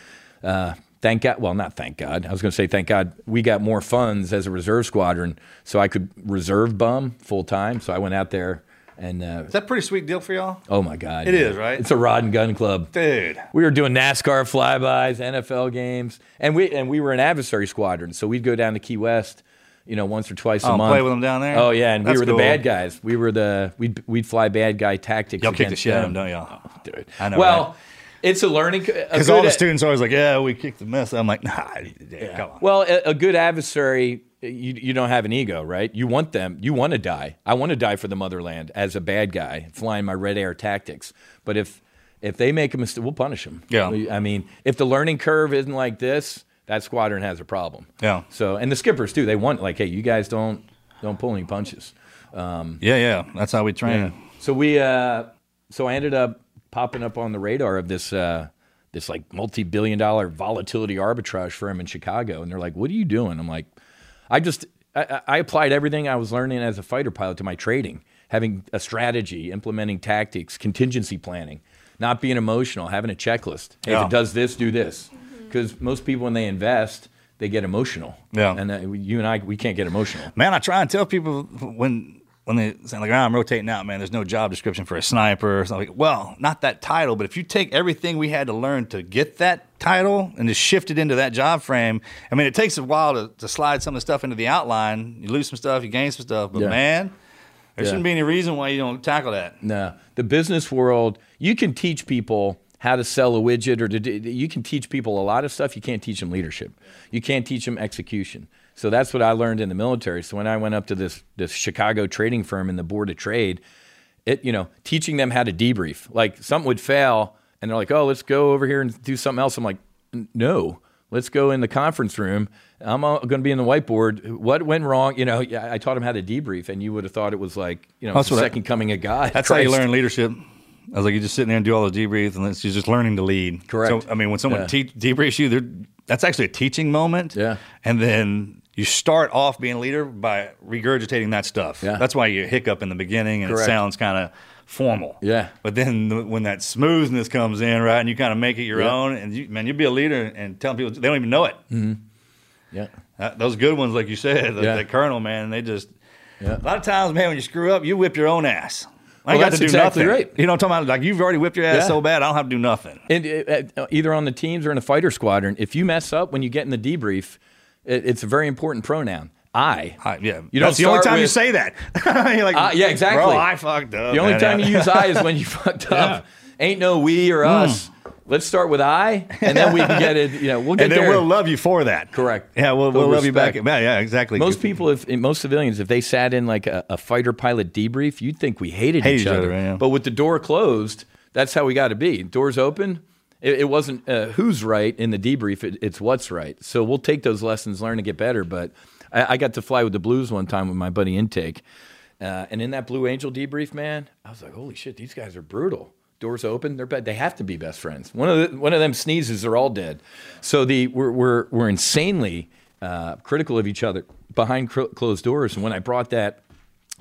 uh, thank God. Well, not thank God. I was going to say thank God we got more funds as a reserve squadron, so I could reserve bum full time. So I went out there and uh,
Is that a pretty sweet deal for y'all?
oh my God,
It
it is
is, right?
It's a rod and gun club.
Dude.
We were doing NASCAR flybys, NFL games, and we and we were an adversary squadron, so we'd go down to Key West you know, once or twice
Oh,
a month.
play with 'em down there?
Oh yeah, and
That's
we were the
cool.
bad guys. We were the we'd we'd fly bad guy tactics.
Y'all kick the
against
shit out of
them. Oh,
them, don't y'all?
dude.
I know.
well, it's a e- learning.
because all the students are always like, "Yeah, we kicked the mess." I'm like, "Nah, yeah. come on."
Well, a, a good adversary, you, you don't have an ego, right? You want them. You want to die. I want to die for the motherland as a bad guy, flying my red air tactics. But if if they make a mistake, we'll punish them.
Yeah.
We- I mean, if the learning curve isn't like this, that squadron has a problem.
Yeah.
So, and the skippers too. They want like, hey, you guys don't don't pull any punches. Um,
Yeah, yeah. That's how we train.
yeah. So we, uh, so I ended up popping up on the radar of this, uh, this like multi-billion-dollar volatility arbitrage firm in Chicago, and they're like, "What are you doing?" I'm like, "I just, I, I- I applied everything I was learning as a fighter pilot to my trading, having a strategy, implementing tactics, contingency planning, not being emotional, having a checklist. Hey, if
Yeah.
it does this, do this, because most people when they invest, they get emotional.
Yeah.
and uh, you and I, we can't get emotional.
Man, I try and tell people when when they say like, "Ah, "I'm rotating out," man. There's no job description for a sniper. So I'm like, well, not that title, but if you take everything we had to learn to get that title and just shift it into that job frame, I mean, it takes a while to, to slide some of the stuff into the outline. You lose some stuff, you gain some stuff, but
Yeah.
man, there
Yeah.
shouldn't be any reason why you don't tackle that.
No, the business world, you can teach people how to sell a widget or to do, you can teach people a lot of stuff. You can't teach them leadership. You can't teach them execution. So that's what I learned in the military. So when I went up to this this Chicago trading firm and the board of trade, it you know teaching them how to debrief. Like something would fail, and they're like, "Oh, let's go over here and do something else." I'm like, "N- "No." Let's go in the conference room. I'm going to be in the whiteboard. What went wrong? You know, yeah, I taught them how to debrief, and you would have thought it was like, you know,
That's
the
what I-
second coming of God.
That's how you learn leadership. I was like, you're just sitting there and do all the debrief, and it's, you're just learning to lead.
Correct.
So, I mean, when someone
Yeah.
te- debriefs you, they're, that's actually a teaching moment. Yeah. And then you start off being a leader by regurgitating that stuff.
Yeah.
That's why you hiccup in the beginning, and
Correct.
it sounds kind of formal.
Yeah.
But then the, when that smoothness comes in, right, and you kind of make it your
Yeah.
own, and you, man, you'll be a leader and telling people they don't even know it.
Mm-hmm. Yeah.
Uh, those good ones, like you said, the,
Yeah.
the colonel, man, they just.
Yeah.
A lot of times, man, when you screw up, you whip your own ass.
Well,
I ain't got
that's
to do
exactly
nothing.
right.
You know what I'm talking about? Like you've already whipped your ass
Yeah.
so bad, I don't have to do nothing.
And uh, uh, either on the teams or in a fighter squadron, if you mess up when you get in the debrief, it, it's a very important pronoun. I.
I yeah,
You don't
that's the only
start
time you
with-
say that. *laughs* You're like,
Uh, yeah, exactly.
Bro, I fucked up.
The only
man."
time you use I is
*laughs*
when you fucked up. Ain't no we
Hmm.
or us. Let's start with I, and then we can get it. You know, we'll get
*laughs* and then
there.
we'll love you for that.
Correct.
Yeah, we'll,
Full
we'll love you back.
respect.
Yeah, yeah, exactly.
Most people, if most civilians, if they sat in like a, a fighter pilot debrief, you'd think we hated,
Hate
each,
each
other.
other, yeah.
But with the door closed, that's how we got to be. Doors open. It, it wasn't uh, who's right in the debrief. It, it's what's right. So we'll take those lessons, learn, and get better. But I, I got to fly with the Blues one time with my buddy Intake, uh, and in that Blue Angel debrief, man, I was like, holy shit, these guys are brutal. Doors open, they're bad. They have to be best friends. One of the, one of them sneezes, they're all dead. So the we're we're, we're insanely uh, critical of each other behind cr- closed doors. And when I brought that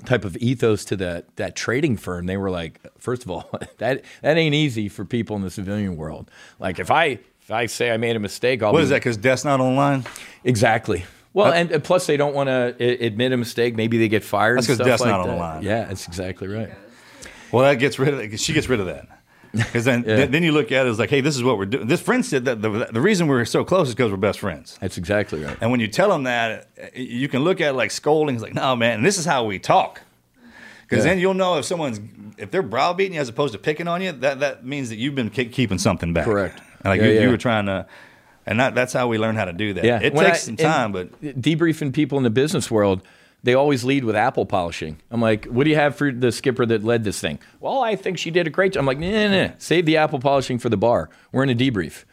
type of ethos to that that trading firm, they were like, first of all, *laughs* that that ain't easy for people in the civilian world. Like if I if I say I made a mistake, I'll
What
be,
is that? Because death's not online.
Exactly. Well,
Uh,
and, and plus they don't want to admit a mistake. Maybe they get fired.
That's
and
'cause
stuff
death's
like
not on
that.
the line.
Yeah, that's exactly right.
Well, that gets rid of. She gets rid
*laughs*
of that. Because then, then you look at it as like, hey, this is what we're doing. This friend said that the, the reason we're so close is because we're best friends.
That's exactly right.
And when you tell them that, uh, you can look at it like scolding. It's like, no, man, this is how we talk. Because
Yeah.
then you'll know if someone's if they're browbeating you as opposed to picking on you, that that means that you've been ki- keeping something back.
Correct.
And like
Yeah,
you,
yeah.
you were trying to, and that, that's how we learn how to do that.
Yeah,
It
When
takes
I-
some
and
time, but
debriefing people in the business world, they always lead with apple polishing. I'm like, what do you have for the skipper that led this thing? Well, I think she did a great job. I'm like, nah, nah, nah. save the apple polishing for the bar. We're in a debrief.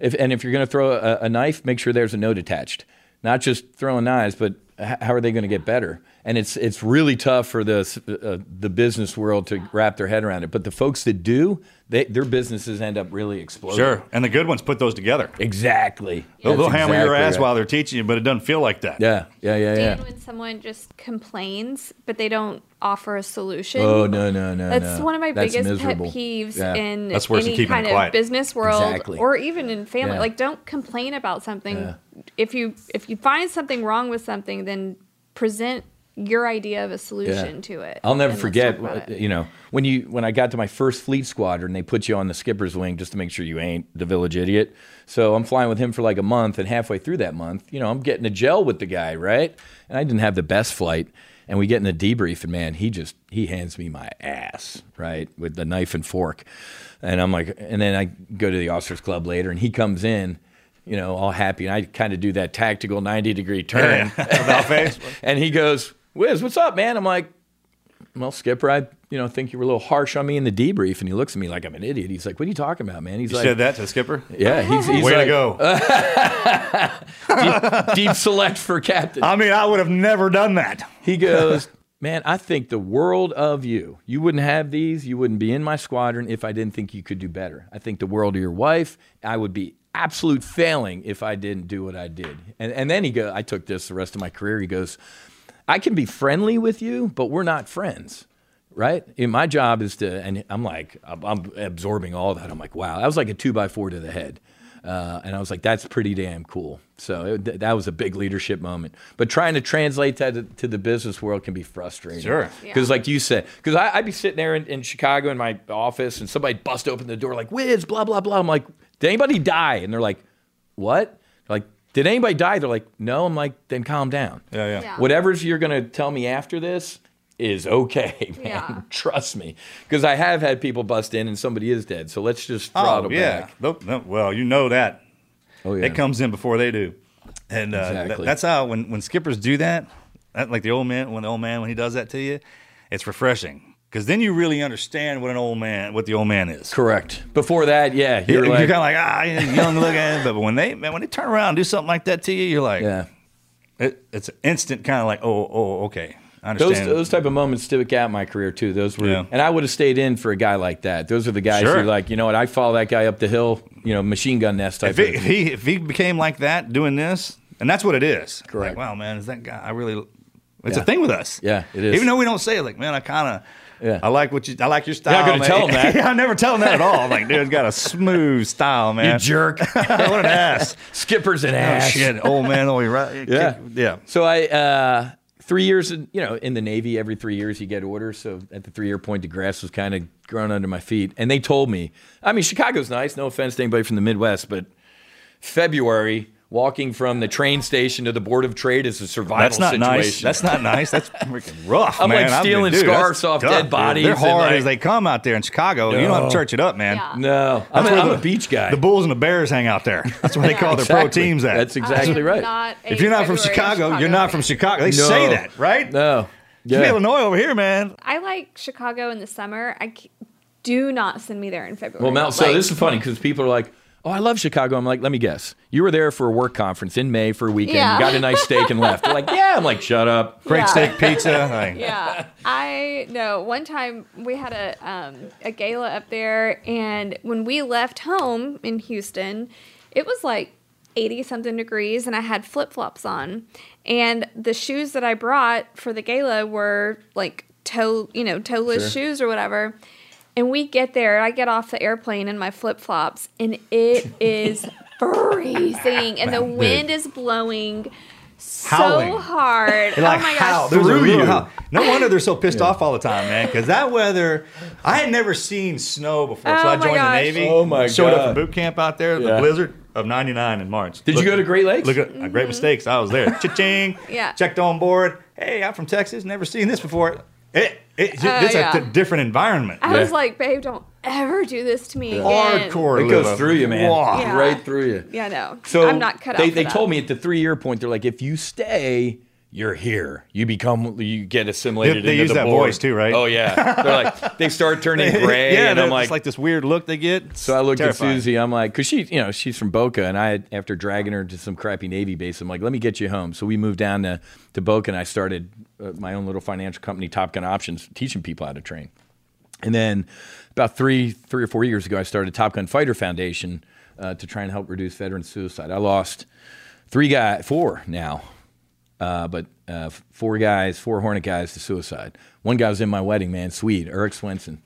If, and if you're going to throw a, a knife, make sure there's a note attached. Not just throwing knives, but h- how are they going to get better? And it's it's really tough for the s- uh, the business world to wrap their head around it. But the folks that do, they, their businesses end up really exploding.
sure. And the good ones put those together.
exactly.
They'll, they'll
That's
hammer your
exactly
ass
right.
while they're teaching you, but it doesn't feel like that.
Yeah, yeah, yeah, yeah.
And when someone just complains, but they don't offer a solution.
Oh no no no!
That's
no.
one of my
That's
biggest
miserable.
pet peeves
Yeah.
in
That's worse than
any
keeping
kind
quiet.
of business world
Exactly.
or even in family.
Yeah.
Like don't complain about something.
Yeah.
If you if you find something wrong with something, then present your idea of a solution
Yeah.
to it.
I'll never
And let's
forget,
talk about it.
you know, when you when I got to my first fleet squadron, they put you on the skipper's wing just to make sure you ain't the village idiot. So I'm flying with him for like a month, and halfway through that month, you know, I'm getting a gel with the guy, right? And I didn't have the best flight, and we get in the debrief, and man, he just he hands me my ass, right, with the knife and fork, and I'm like, and then I go to the officers club later, and he comes in. You know, all happy, and I kind of do that tactical ninety degree turn, *laughs* and he goes, "Wiz, what's up, man?" I'm like, well, Skipper, I you know think you were a little harsh on me in the debrief, and he looks at me like I'm an idiot. He's like, "What are you talking about, man?" He's
You
like,
said that to Skipper?
Yeah, he's, he's
Way to
like, uh,
go.
*laughs* deep select for captain.
I mean, I would have never done that.
He goes, "Man, I think the world of you. You wouldn't have these. You wouldn't be in my squadron if I didn't think you could do better. I think the world of your wife. I would be." Absolute failing if I didn't do what I did. And, and then he goes, I took this the rest of my career. He goes, I can be friendly with you, but we're not friends, right? And my job is to, and I'm like, I'm, I'm absorbing all that. I'm like, wow, that was like a two by four to the head. Uh, and I was like, that's pretty damn cool. So it, th- that was a big leadership moment. But trying to translate that to, to the business world can be frustrating.
Sure.
Because, like you said, because I'd be sitting there in, in Chicago in my office and somebody bust open the door, like, whiz, blah, blah, blah. I'm like, did anybody die? And they're like, what? They're like, did anybody die? They're like, no. I'm like, then calm down.
Yeah, yeah. Yeah.
Whatever's you're gonna tell me after this is okay, *laughs* man.
Yeah.
Trust me, because I have had people bust in and somebody is dead. So let's just throttle
Oh, yeah.
back.
Nope, no, well, you know that.
Oh, yeah.
It comes in before they do. And uh, th-
Exactly.
that's how, when, when skippers do that, that, like the old man, when the old man, when he does that to you, it's refreshing. Because then you really understand what an old man, what the old man is.
Correct. Before that, yeah,
You're,
you're, like,
kind of like, ah, you're young looking. But when they, man, when they turn around and do something like that to you, you're like,
yeah.
It, it's an instant kind of like, oh, oh, okay. I
Those,
understand.
those type of moments stick out in my career too. Those were,
Yeah.
and I would have stayed in for a guy like that. Those are the guys
Sure.
who, like, you know what? I follow that guy up the hill, you know, machine gun nest type.
if, he,
of-
if he if he became like that doing this, and that's what it is. Correct. wow, man, is that guy? I really. It's
Yeah.
a thing with us.
Yeah, it is.
Even though we don't say it, like, man, I kind of.
Yeah.
I like what you. I like your style.
gonna
man.
tell 'em that.
*laughs* yeah, I never tell him that at all. I'm like, dude's got a smooth style, man.
you
*laughs*
jerk,
what an ass.
*laughs* skipper's an
Oh
ass.
shit, old man, oh, you're right.
Yeah.
yeah.
Uh, So I uh, three years, in, you know, in the Navy, every three years you get orders. So at the three year point, the grass was kind of grown under my feet, and they told me. I mean, Chicago's nice. No offense to anybody from the Midwest, but February. Walking from the train station to the Board of Trade is a survival
That's not
situation.
nice. That's
*laughs*
not nice. That's freaking rough,
I'm, like,
man. I've been-
stealing
dude, that's
scarves off
tough,
dead
dude.
bodies
They're
and,
hard
like-
as they come out there in Chicago. You don't have
No.
to church it up, man.
No, Oh, I'm, a,
That's where
I'm
the-
a beach guy.
The Bulls and the Bears hang out there. That's where they call their pro
Exactly.
teams at.
That's exactly
am
right.
Uh, not a
If you're not from
February
Chicago, you're not from
fan.
Chicago. They say
No.
that, right?
no.
It's Illinois over here, man.
I like Chicago in the summer. I c- do not send me there in February.
Well, Mount. So
Like,
this is funny because people are like, "Oh, I love Chicago." I'm like, "Let me guess. You were there for a work conference in May for a weekend.
Yeah.
Got a nice steak and left." They're like, "Yeah." I'm like, "Shut up."
Great
Yeah. *laughs*
steak pizza. Like,
yeah i know one time we had a um, a gala up there and when we left home in houston it was like 80 something degrees and i had flip-flops on and the shoes that i brought for the gala were like toe you know toeless shoes or whatever and we get there i get off the airplane in my flip-flops and it
*laughs*
is freezing and the wind is blowing so
Howling.
hard
They're like,
oh my gosh
how? There's a
through
real
you.
how- No wonder they're so pissed off all the time, man. Because that weather, I had never seen snow before. so
Oh
I
my
joined
gosh.
the Navy.
Oh my
Showed up
God.
for boot camp out there,
Yeah.
the blizzard of 99 in March.
Did you go to Great Lakes?
Look at uh, great mistakes. I
*laughs*
was there. Cha-ching.
Mm-hmm. Yeah.
Checked on board. Hey, I'm from Texas. Never seen this before. It, it,
Oh,
it's
yeah.
a t- different environment.
I was
Yeah.
like, babe, don't ever do this to me again.
Hardcore.
It goes
Lula.
through you, man.
Wow.
Yeah.
Right through you.
Yeah, no.
So
I'm not cut out.
they,
for
they
that.
told me at the three year point, they're like, "If you stay." You're here. You become. You get assimilated.
They- they
into
use
the
that
board.
voice too, right?
Oh yeah. They're like they start
*laughs*
turning gray.
yeah,
and I'm
it's
like,
like this weird look they get.
So I looked
Terrifying.
at Susie. I'm like, because she, you know, she's from Boca, and I, had- after dragging her to some crappy Navy base, I'm like, let me get you home. So we moved down to, to Boca, and I started uh, my own little financial company, Top Gun Options, teaching people how to train. And then about three, three or four years ago, I started Top Gun Fighter Foundation uh, to try and help reduce veteran suicide. I lost three guys, four now, uh, but uh, f- four guys, four Hornet guys to suicide. One guy was in my wedding, man, Swede, Eric Swenson.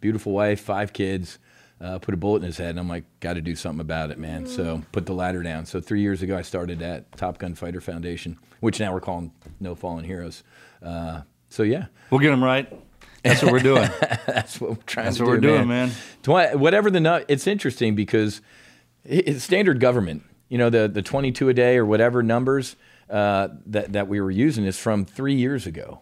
Beautiful wife, five kids. uh, put a bullet in his head, and I'm like, got to do something about it, man.
Mm.
So put the ladder down. So three years ago, I started at Top Gun Fighter Foundation, which now we're calling No Fallen Heroes. Uh, so yeah,
we'll get them right. That's what we're doing.
*laughs* That's what we're trying
That's
to
what
do,
we're doing, man.
Twi- whatever the nu- it's interesting because i- it's standard government. You know, the the 22 a day or whatever numbers uh, that that we were using is from three years ago.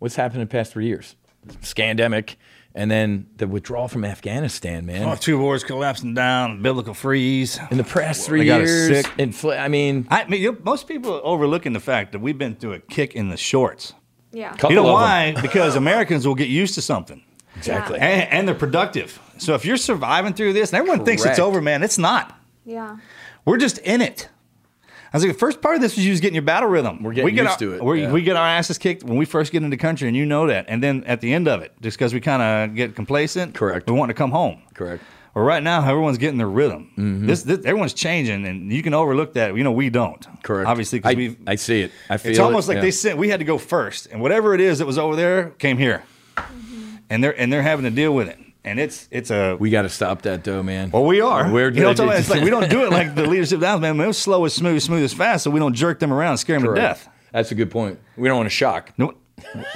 What's happened in the past three years? Scandemic, and then the withdrawal from Afghanistan, man.
Oh, two wars collapsing down, biblical freeze.
In the past three years, infl- I mean,
I mean, you- most people are overlooking the fact that we've been through a kick in the shorts.
Yeah.
you know
Couple of
why? *laughs* because Americans will get used to something.
Exactly.
And, and they're productive. So if you're surviving through this, and everyone thinks it's
Correct.
over, man, it's not.
Yeah.
We're just in it. I was like, the first part of this was you just getting your battle rhythm. We're
getting
we get
used
our-
to it,
We,
yeah.
we get our asses kicked when we first get into country, and you know that. And then at the end of it, just because we kind of get complacent,
Correct.
We want to come home.
Correct. Mm-hmm.
Well, right now everyone's getting their rhythm. This, this everyone's changing, and you can overlook that. You know, we don't.
Correct.
Obviously, because
I,
we.
I see it. I feel
It's almost
it.
like
yeah.
they sent. We had to go first, and whatever it is that was over there came here, and they're and they're having to deal with it. And it's it's a
We got to stop that though, man.
well, we are.
We're
you know, what I'm talking about? it's like we don't do
*laughs*
it like the leadership down, man. They're slow as smooth, smooth as fast, so we don't jerk them around, and scare them to
Correct.
death.
That's a good point. We don't want to shock.
No,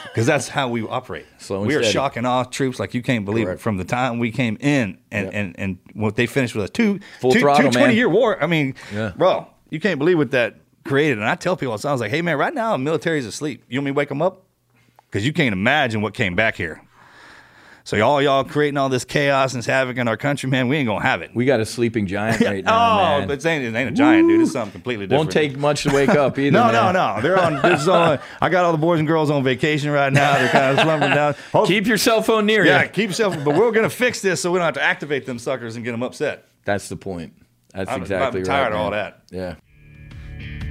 because that's how we operate.
Slow and
we are
steady.
shocking off troops like you can't believe
Correct.
it from the time we came in and
Yeah.
and and what they finished with a two
Full
two-
throttle,
two 20
man.
year war. I mean,
Yeah.
bro, you can't believe what that created. And I tell people, all the time, I was like, hey man, right now the military's asleep. You want me to wake them up? Because you can't imagine what came back here. So all y'all creating all this chaos and havoc in our country, man, we ain't gonna have it.
We got a sleeping
*laughs*
giant right now.
Oh,
man.
but it ain't, it ain't a giant, dude. It's something completely different.
won't take much to wake
*laughs*
up either.
No, no,
man.
no. They're on. This is on. I got all the boys and girls on vacation right now. They're *laughs* kind of slumbering down. Hope-
Keep your cell phone near
yeah,
you.
keep yourself. But we're gonna fix this, so we don't have to activate them suckers and get them upset.
That's the point. That's
I'm- I'm
exactly right.
tired of all
man.
that.
Yeah.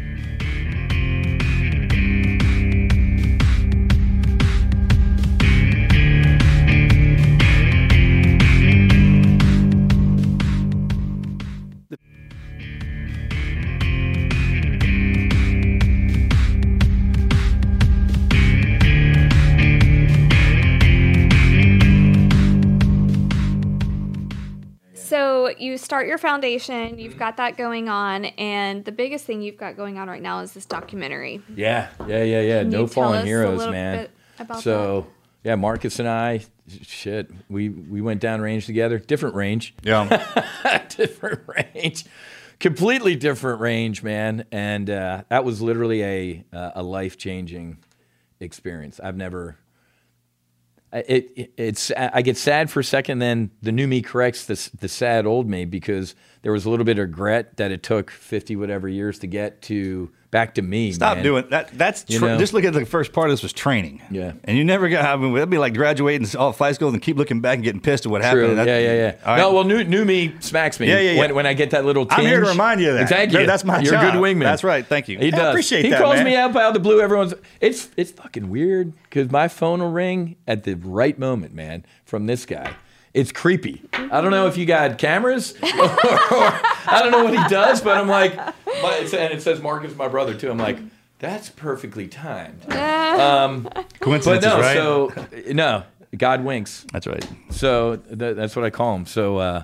So you start your foundation, you've got that going on, and the biggest thing you've got going on right now is this documentary.
Yeah, yeah, yeah, yeah.
you
no
tell us
fallen
a
heroes,
little
man.
bit about
so yeah, Marcus and I, shit, we we went down range together. Different range,
Yeah.
*laughs* different range, completely different range, man. And uh, that was literally a uh, a life changing experience. I've never. I- It, it it's I get sad for a second, then the new me corrects the s- the sad old me because there was a little bit of regret that it took fifty whatever years to get to back to me.
Stop
man.
doing that. That's
You
tra-
know?
just look at the first part. of This was training.
Yeah.
And you never got. I mean, that'd be like graduating all flight school and keep looking back and getting pissed at what
True.
happened. That-
yeah, yeah, yeah.
All right.
No, well, new, new me smacks me.
Yeah, yeah, yeah.
When, when I get that little, tinge.
I'm here to remind you of that.
Thank
That-
you.
that's my
You're a
job.
good wingman.
That's right. Thank you.
He
I
does.
appreciate
he
that,
calls
man.
me out out of the blue. Everyone's. It's it's fucking weird because my phone will ring at the right moment, man, from this guy. It's creepy. I don't know if you got cameras, *laughs* or, I don't know what he does, but I'm like, but it's, and it says Marcus, my brother too. I'm like, that's perfectly timed. *laughs* Uh, Um, But
Coincidences,
no,
right?
so no, God winks.
that's right.
So th- that's what I call them. So uh,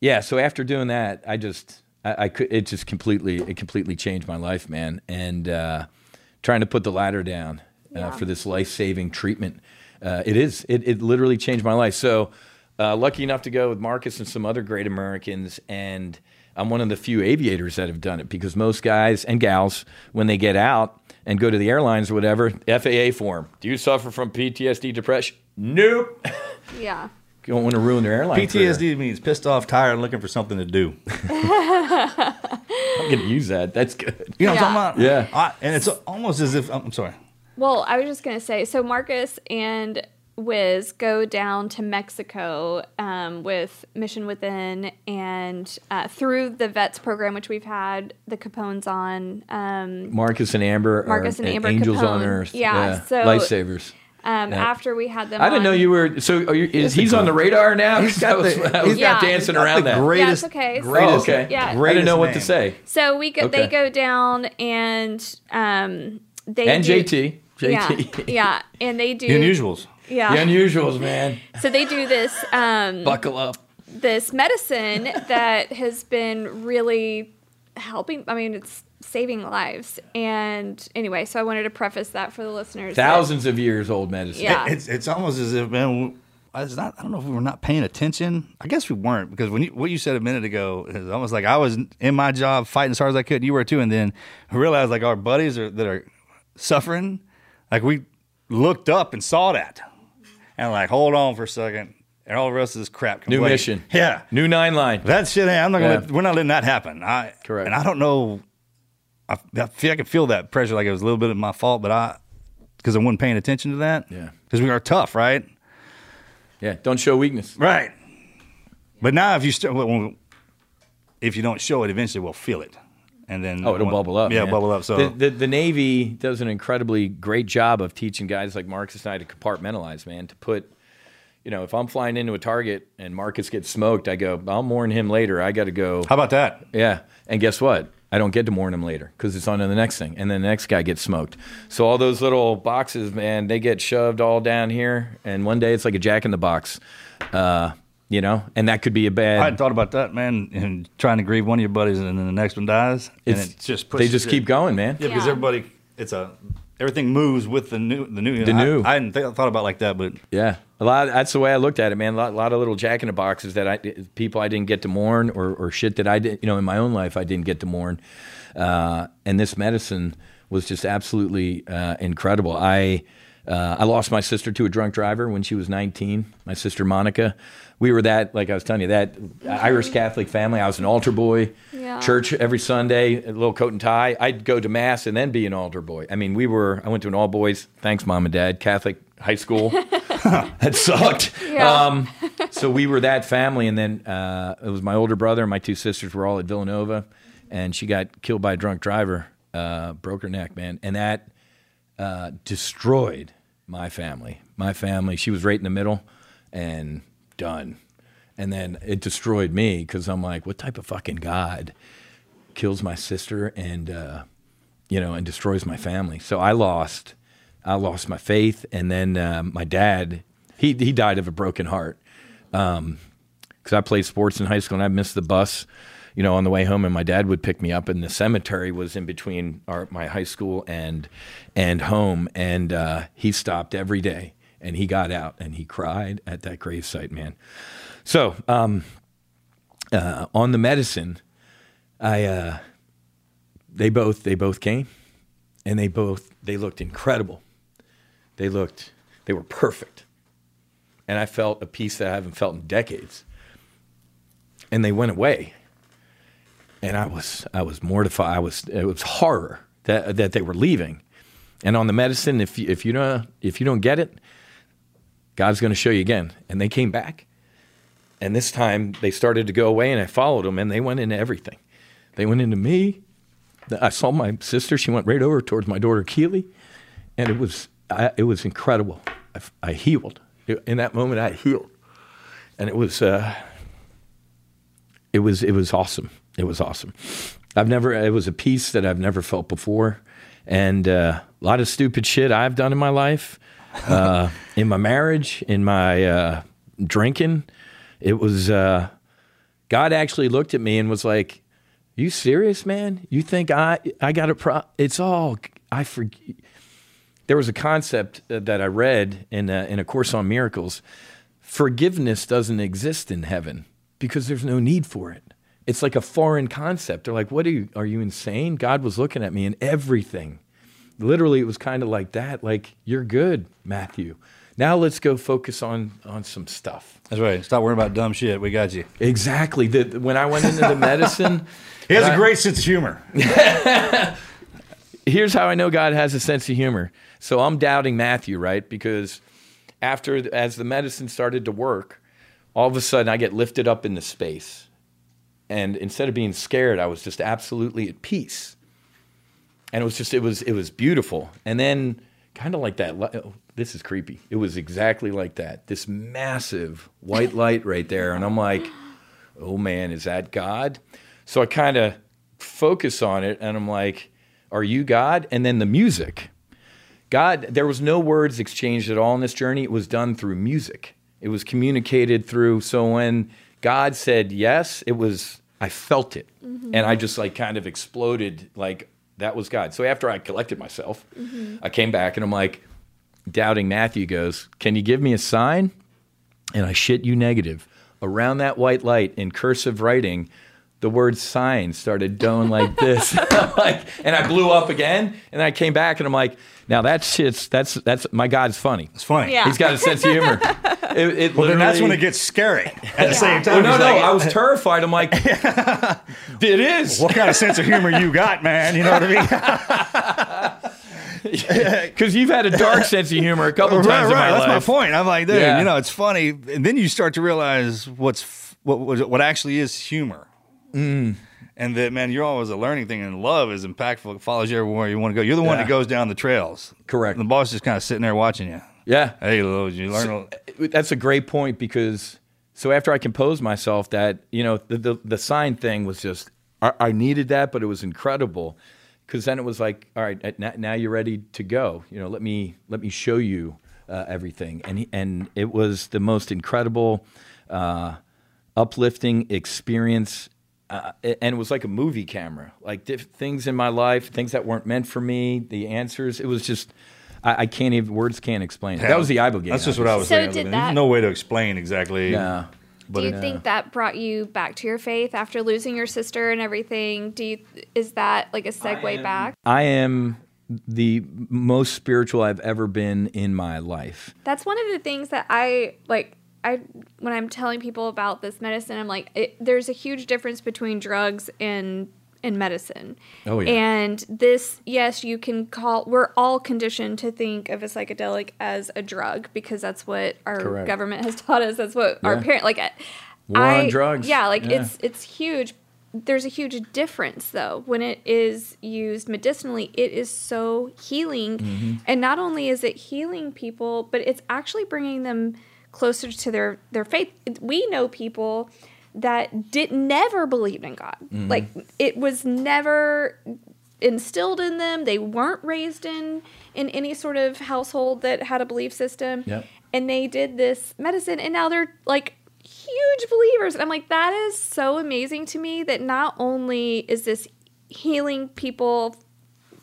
yeah. So after doing that, I just I, I could it just completely it completely changed my life, man. And uh, trying to put the ladder down uh, for this life saving treatment, uh, it is it it literally changed my life. So uh, lucky enough to go with Marcus and some other great Americans and. I'm one of the few aviators that have done it because most guys and gals, when they get out and go to the airlines or whatever, FAA form. Do you suffer from PTSD depression? Nope.
Yeah. *laughs*
You don't want to ruin their airline.
PTSD
career.
means pissed off, tired, and looking for something to do.
*laughs* I'm gonna use that. That's good.
You know what I'm
Yeah.
talking
Yeah.
about? I- and it's almost as if I'm sorry.
Well, I was just gonna say, so Marcus and Wiz go down to Mexico um, with Mission Within and uh, through the vets program, which we've had the Capones on. Um,
Marcus and Amber
Marcus
are
and
a-
Amber
angels on
Capone.
earth.
Yeah, so-
lifesavers.
um,
Yeah.
After we had them,
I didn't know
on-
you were. So are you, is he's on the radar now? *laughs* He's got I was
got the-
dancing around that.
Yeah, it's okay. So-
oh, okay.
Yeah.
I
greatest
didn't know what to say.
So we go,
Okay.
they go down and um, they
And
do-
JT,
yeah,
JT,
yeah, and they do
The unusuals.
yeah.
the unusuals, man.
so they do this um,
Buckle up.
this medicine that has been really helping. I mean, it's saving lives. And anyway, so I wanted to preface that for the listeners. that-
Thousands of years old medicine.
Yeah.
It- it's it's almost as if man, it's not. I don't know if we were not paying attention. I guess we weren't because when you, what you said a minute ago is almost like I was in my job fighting as hard as I could. and You were too, and then I realized like our buddies are, that are suffering, like we looked up and saw that, and like hold on for a second, and all the rest of this crap. Can
New
wait.
mission.
Yeah.
New nine line.
That shit. ain't- I'm not gonna.
Yeah.
let- we're not letting that happen. I correct. And I don't know. I, I feel I can feel that pressure. Like it was a little bit of my fault, but I because I wasn't paying attention to that. Yeah. Because we are tough, right?
Yeah. Don't show weakness.
Right. But now, if you st- well, well, if you don't show it, eventually we'll feel it, and then
Oh, it'll bubble up.
Yeah,
man.
bubble up. So
the, the, the Navy does an incredibly great job of teaching guys like Marcus and I to compartmentalize, man. To put, you know, if I'm flying into a target and Marcus gets smoked, I go, I'll mourn him later. I got to go.
how about that?
Yeah. And guess what? I don't get to mourn him later because it's on to the next thing. And then the next guy gets smoked. So all those little boxes, man, they get shoved all down here. And one day it's like a jack in the box, uh, you know, and that could be a
I
bad.
hadn't thought about that, man. And trying to grieve one of your buddies, and then the next one dies,
It's-
and it just
they
pushes
just
it.
keep going, man.
Yeah, because
Yeah.
everybody, it's a everything moves with the new, the new.
The
I-
new.
I, hadn't th- thought about it like that, but
Yeah, a lot. That's the way I looked at it, man. A lot, lot of little jack in the boxes that I people I didn't get to mourn, or or shit that I did, you know, in my own life I didn't get to mourn. Uh, and this medicine was just absolutely uh, incredible. I uh, I lost my sister to a drunk driver when she was 19. My sister Monica. We were that, like I was telling you, that Irish Catholic family. I was an altar boy,
Yeah.
church every Sunday, a little coat and tie. I'd go to mass and then be an altar boy. I mean, we were. I went to an all boys. Thanks, mom and dad. Catholic high school. that sucked.
Yeah.
Um, so we were that family, and then uh, it was my older brother and my two sisters were all at Villanova, and she got killed by a drunk driver, uh, broke her neck, man, and that uh, destroyed my family. My family. She was right in the middle, and done. And then it destroyed me because I'm like, what type of fucking god kills my sister and uh, you know and destroys my family. So I lost, I lost my faith, and then uh, my dad, he he died of a broken heart Um, because I played sports in high school and I missed the bus, you know, on the way home, and my dad would pick me up, and the cemetery was in between our my high school and and home, and uh, he stopped every day. And he got out and he cried at that gravesite, man. So, um, uh, on the medicine, I uh, they both they both came, and they both they looked incredible. They looked they were perfect, and I felt a peace that I haven't felt in decades. And they went away, and I was I was mortified. I was it was horror that that they were leaving, and on the medicine if you, if you don't if you don't get it, God's going to show you again. And they came back. And this time they started to go away, and I followed them, and they went into everything. They went into me. The- I saw my sister. She went right over towards my daughter Keely, and it was I, it was incredible. I, f- I healed It- in that moment. I healed, and it was uh, it was it was awesome. It was awesome. I've never it was a piece that I've never felt before, and uh, a lot of stupid shit I've done in my life, uh, *laughs* in my marriage, in my uh, drinking. It was uh, God actually looked at me and was like, "You serious, man? You think I I got a pro? It's all I forget." There was a concept uh, that I read in a, in a course on miracles. Forgiveness doesn't exist in heaven because there's no need for it. It's like a foreign concept. They're like, "What are you? Are you insane?" God was looking at me and everything. Literally, it was kind of like that. Like, "You're good, Matthew. Now let's go focus on on some stuff."
that's right. Stop worrying about dumb shit. We got you.
Exactly. The, when I went into
*laughs*
the medicine,
He has
I-
a great sense of humor.
here's how I know God has a sense of humor. So I'm doubting Matthew, right? Because after, as the medicine started to work, all of a sudden I get lifted up into space. And instead of being scared, I was just absolutely at peace. And it was just, it was, it was beautiful. And then kind of like that, li- oh, this is creepy. It was exactly like that. This massive white light right there. And I'm like, oh man, is that God? So I kind of focus on it and I'm like, are you God? And then the music. God, there was no words exchanged at all in this journey. It was done through music. It was communicated through. So when God said yes, it was, I felt it.
Mhm.
And I just like kind of exploded, like that was God. So after I collected myself,
Mhm.
I came back and I'm like, doubting Matthew goes, Can you give me a sign? And I shit you negative. Around that white light in cursive writing, the word sign started going like this. *laughs* like, and I blew up again. And I came back and I'm like, now that shit's that's that's my God's funny. It's
funny. Yeah.
He's got a sense of *laughs* humor. It, it
Well, then that's when it
literally-
gets scary. At the same
well,
time,
no,
it's
no,
like-
I was terrified. I'm
*laughs*
like, it is.
What kind of sense
*laughs*
of humor you got, man? You know what I mean?
Because you've had a dark sense of humor a couple
right,
times in my
right. That's
life.
my point. I'm like, dude,
Yeah.
you know, it's funny, and then you start to realize what's f- what what, what actually is humor,
Mm.
and that man, you're always a learning thing, and love is impactful. It follows you everywhere you want to go. You're the one
Yeah.
that goes down the trails.
Correct.
the boss just kind of sitting there watching you.
Yeah.
Hey, Lil, you learn.
So, uh, that's a great point because so after I composed myself, that you know the the, the sign thing was just I, I needed that, but it was incredible because then it was like, all right, uh, now, now you're ready to go. You know, let me let me show you uh, everything, and he- and it was the most incredible, uh, uplifting experience. Uh, a- and it was like a movie camera, like diff- things in my life, things that weren't meant for me, the answers. It was just, I, I can't even, words can't explain it. That was the Ibogaine.
That's just what I was
So
saying.
did
There's
that-
no way to explain exactly.
Yeah.
But uh,
Do you
it-
think that brought you back to your faith after losing your sister and everything? Do you is that like a segue back?
I am the most spiritual I've ever been in my life.
That's one of the things that I like. I when I'm telling people about this medicine, I'm like, it, there's a huge difference between drugs and and medicine.
Oh, yeah.
And this, yes, you can call. We're all conditioned to think of a psychedelic as a drug because that's what our
Correct.
government has *laughs* taught us. That's what our
Yeah.
parent like. I-
War on drugs.
Yeah, like
Yeah.
it's it's huge. There's a huge difference though when it is used medicinally. It is so healing,
Mhm.
and not only is it healing people, but it's actually bringing them closer to their their faith. We know people that did never believed in God.
Mm-hmm.
Mm-hmm.
Mhm.
Like it was never instilled in them. They weren't raised in in any sort of household that had a belief system
Yep.
and they did this medicine and now they're like huge believers and i'm like that is so amazing to me that not only is this healing people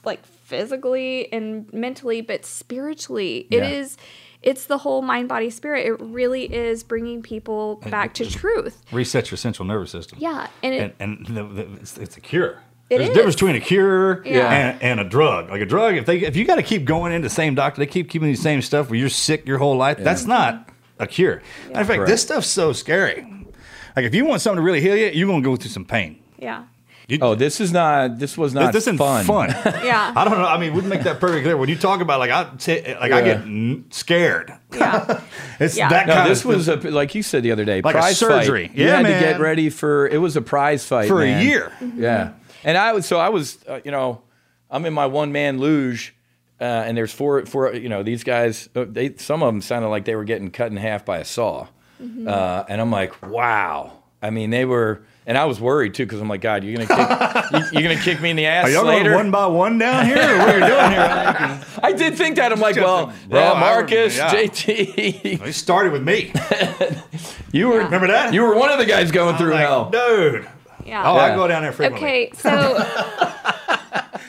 like physically and mentally but spiritually it
Yeah.
is it's the whole mind body spirit it really is bringing people
And
back to
just-
truth
reset your central nervous system.
yeah and it
and, and the, the, it's, it's a cure.
It is.
There's a difference between a cure
Yeah.
and, and a drug. Like a drug, if they if you got to keep going into the same doctor, they keep keeping the same stuff where you're sick your whole life. That's not a cure. Matter of fact,
Correct.
this stuff's so scary. Like if you want something to really heal you, you're gonna go through some pain.
yeah
oh, this is not. This was not.
this isn't
fun. *laughs*
fun.
yeah
I don't know. I mean, wouldn't make that perfectly clear. When you talk about like I t- like I
Yeah.
get n- scared. *laughs*
Yeah,
it's that
no,
kind
this
of
was a, like you said the other day,
Like a
prize
surgery.
Fight. You
Yeah,
had
man.
to get ready for it was a prize fight
For a
man.
year. Mhm.
Yeah, and I was so I was uh, you know I'm in my one man luge, uh, and there's four four you know these guys uh, they some of them sounded like they were getting cut in half by a saw,
Mm-hmm.
Mhm.
uh, and I'm like wow. I mean they were. And I was worried too because I'm like, God, you're
*laughs*
gonna kick, you, are gonna kick me in the ass
Are y'all going
later.
one by one down here? Or what are you doing here?
I did think that. I'm like, well,
Bro,
yeah,
I-
Marcus,
yeah. *laughs*
JT.
They started with me.
*laughs* you were
remember that?
You were one of the guys going through hell,
dude.
yeah
Oh, I go down there frequently.
okay
*laughs*
so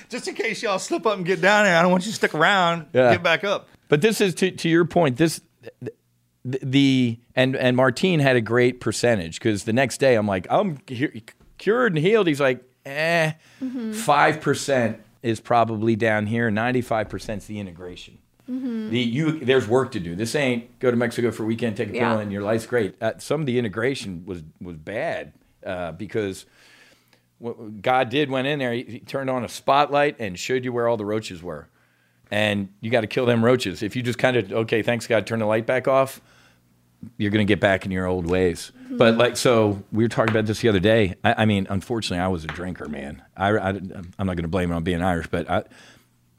Just in case y'all slip up and get down there, I don't want you to stick around.
Yeah.
Get back up.
But this is to to your point. This the, the and and Martine had a great percentage because the next day I'm like I'm cu- cured and healed. He's like, eh, 5
Mhm.
percent is probably down here. Ninety five percent is the integration.
Mhm.
The you there's work to do. This ain't go to Mexico for a weekend, take a
Yeah.
pill, and your life's great. Uh, some of the integration was was bad uh, because what God did went in there. He, he turned on a spotlight and showed you where all the roaches were, and you got to kill them roaches. If you just kind of okay, thanks God, turn the light back off. You're going to get back in your old ways. But
Mhm.
like, so we were talking about this the other day. I, I mean, unfortunately, I was a drinker, man. I, I, am not going to blame it on being Irish, but I,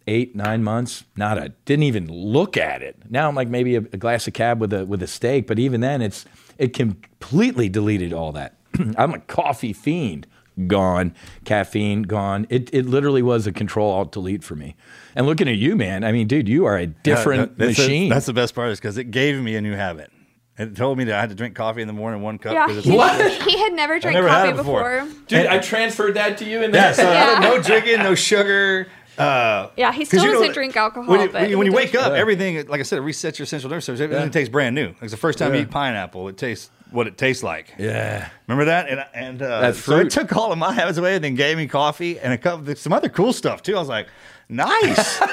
eight, nine months, not a, didn't even look at it. Now I'm like maybe a, a glass of cab with a with a steak, but even then, it's it completely deleted all that. *clears throat* I'm a coffee fiend, gone, caffeine gone. It it literally was a control alt delete for me. And looking at you, man, I mean, dude, you are a different
Yeah, that- that's the-
machine.
that's the best part is because it gave me a new habit. It told me that I had to drink coffee in the morning, one cup.
Yeah,
'cause
he, he had never
I've
drank
never had
coffee
it before.
before.
Dude, I transferred that to you in
Yeah,
there.
so
*laughs*
no drinking, no sugar. Uh,
Yeah, he
'cause
still
you know
doesn't
what-
drink alcohol,
When you,
but
when you- when
he
you
does
wake up,
drink.
everything, like I said, it resets your central nervous system. Everything tastes brand new. It's the first time you
Yeah.
eat pineapple. It tastes what it tastes like.
Yeah.
Remember that? And and uh,
That's
so it
fruit.
took all of my habits away, and then gave me coffee and a cup, of some other cool stuff too. I was like, nice.
*laughs*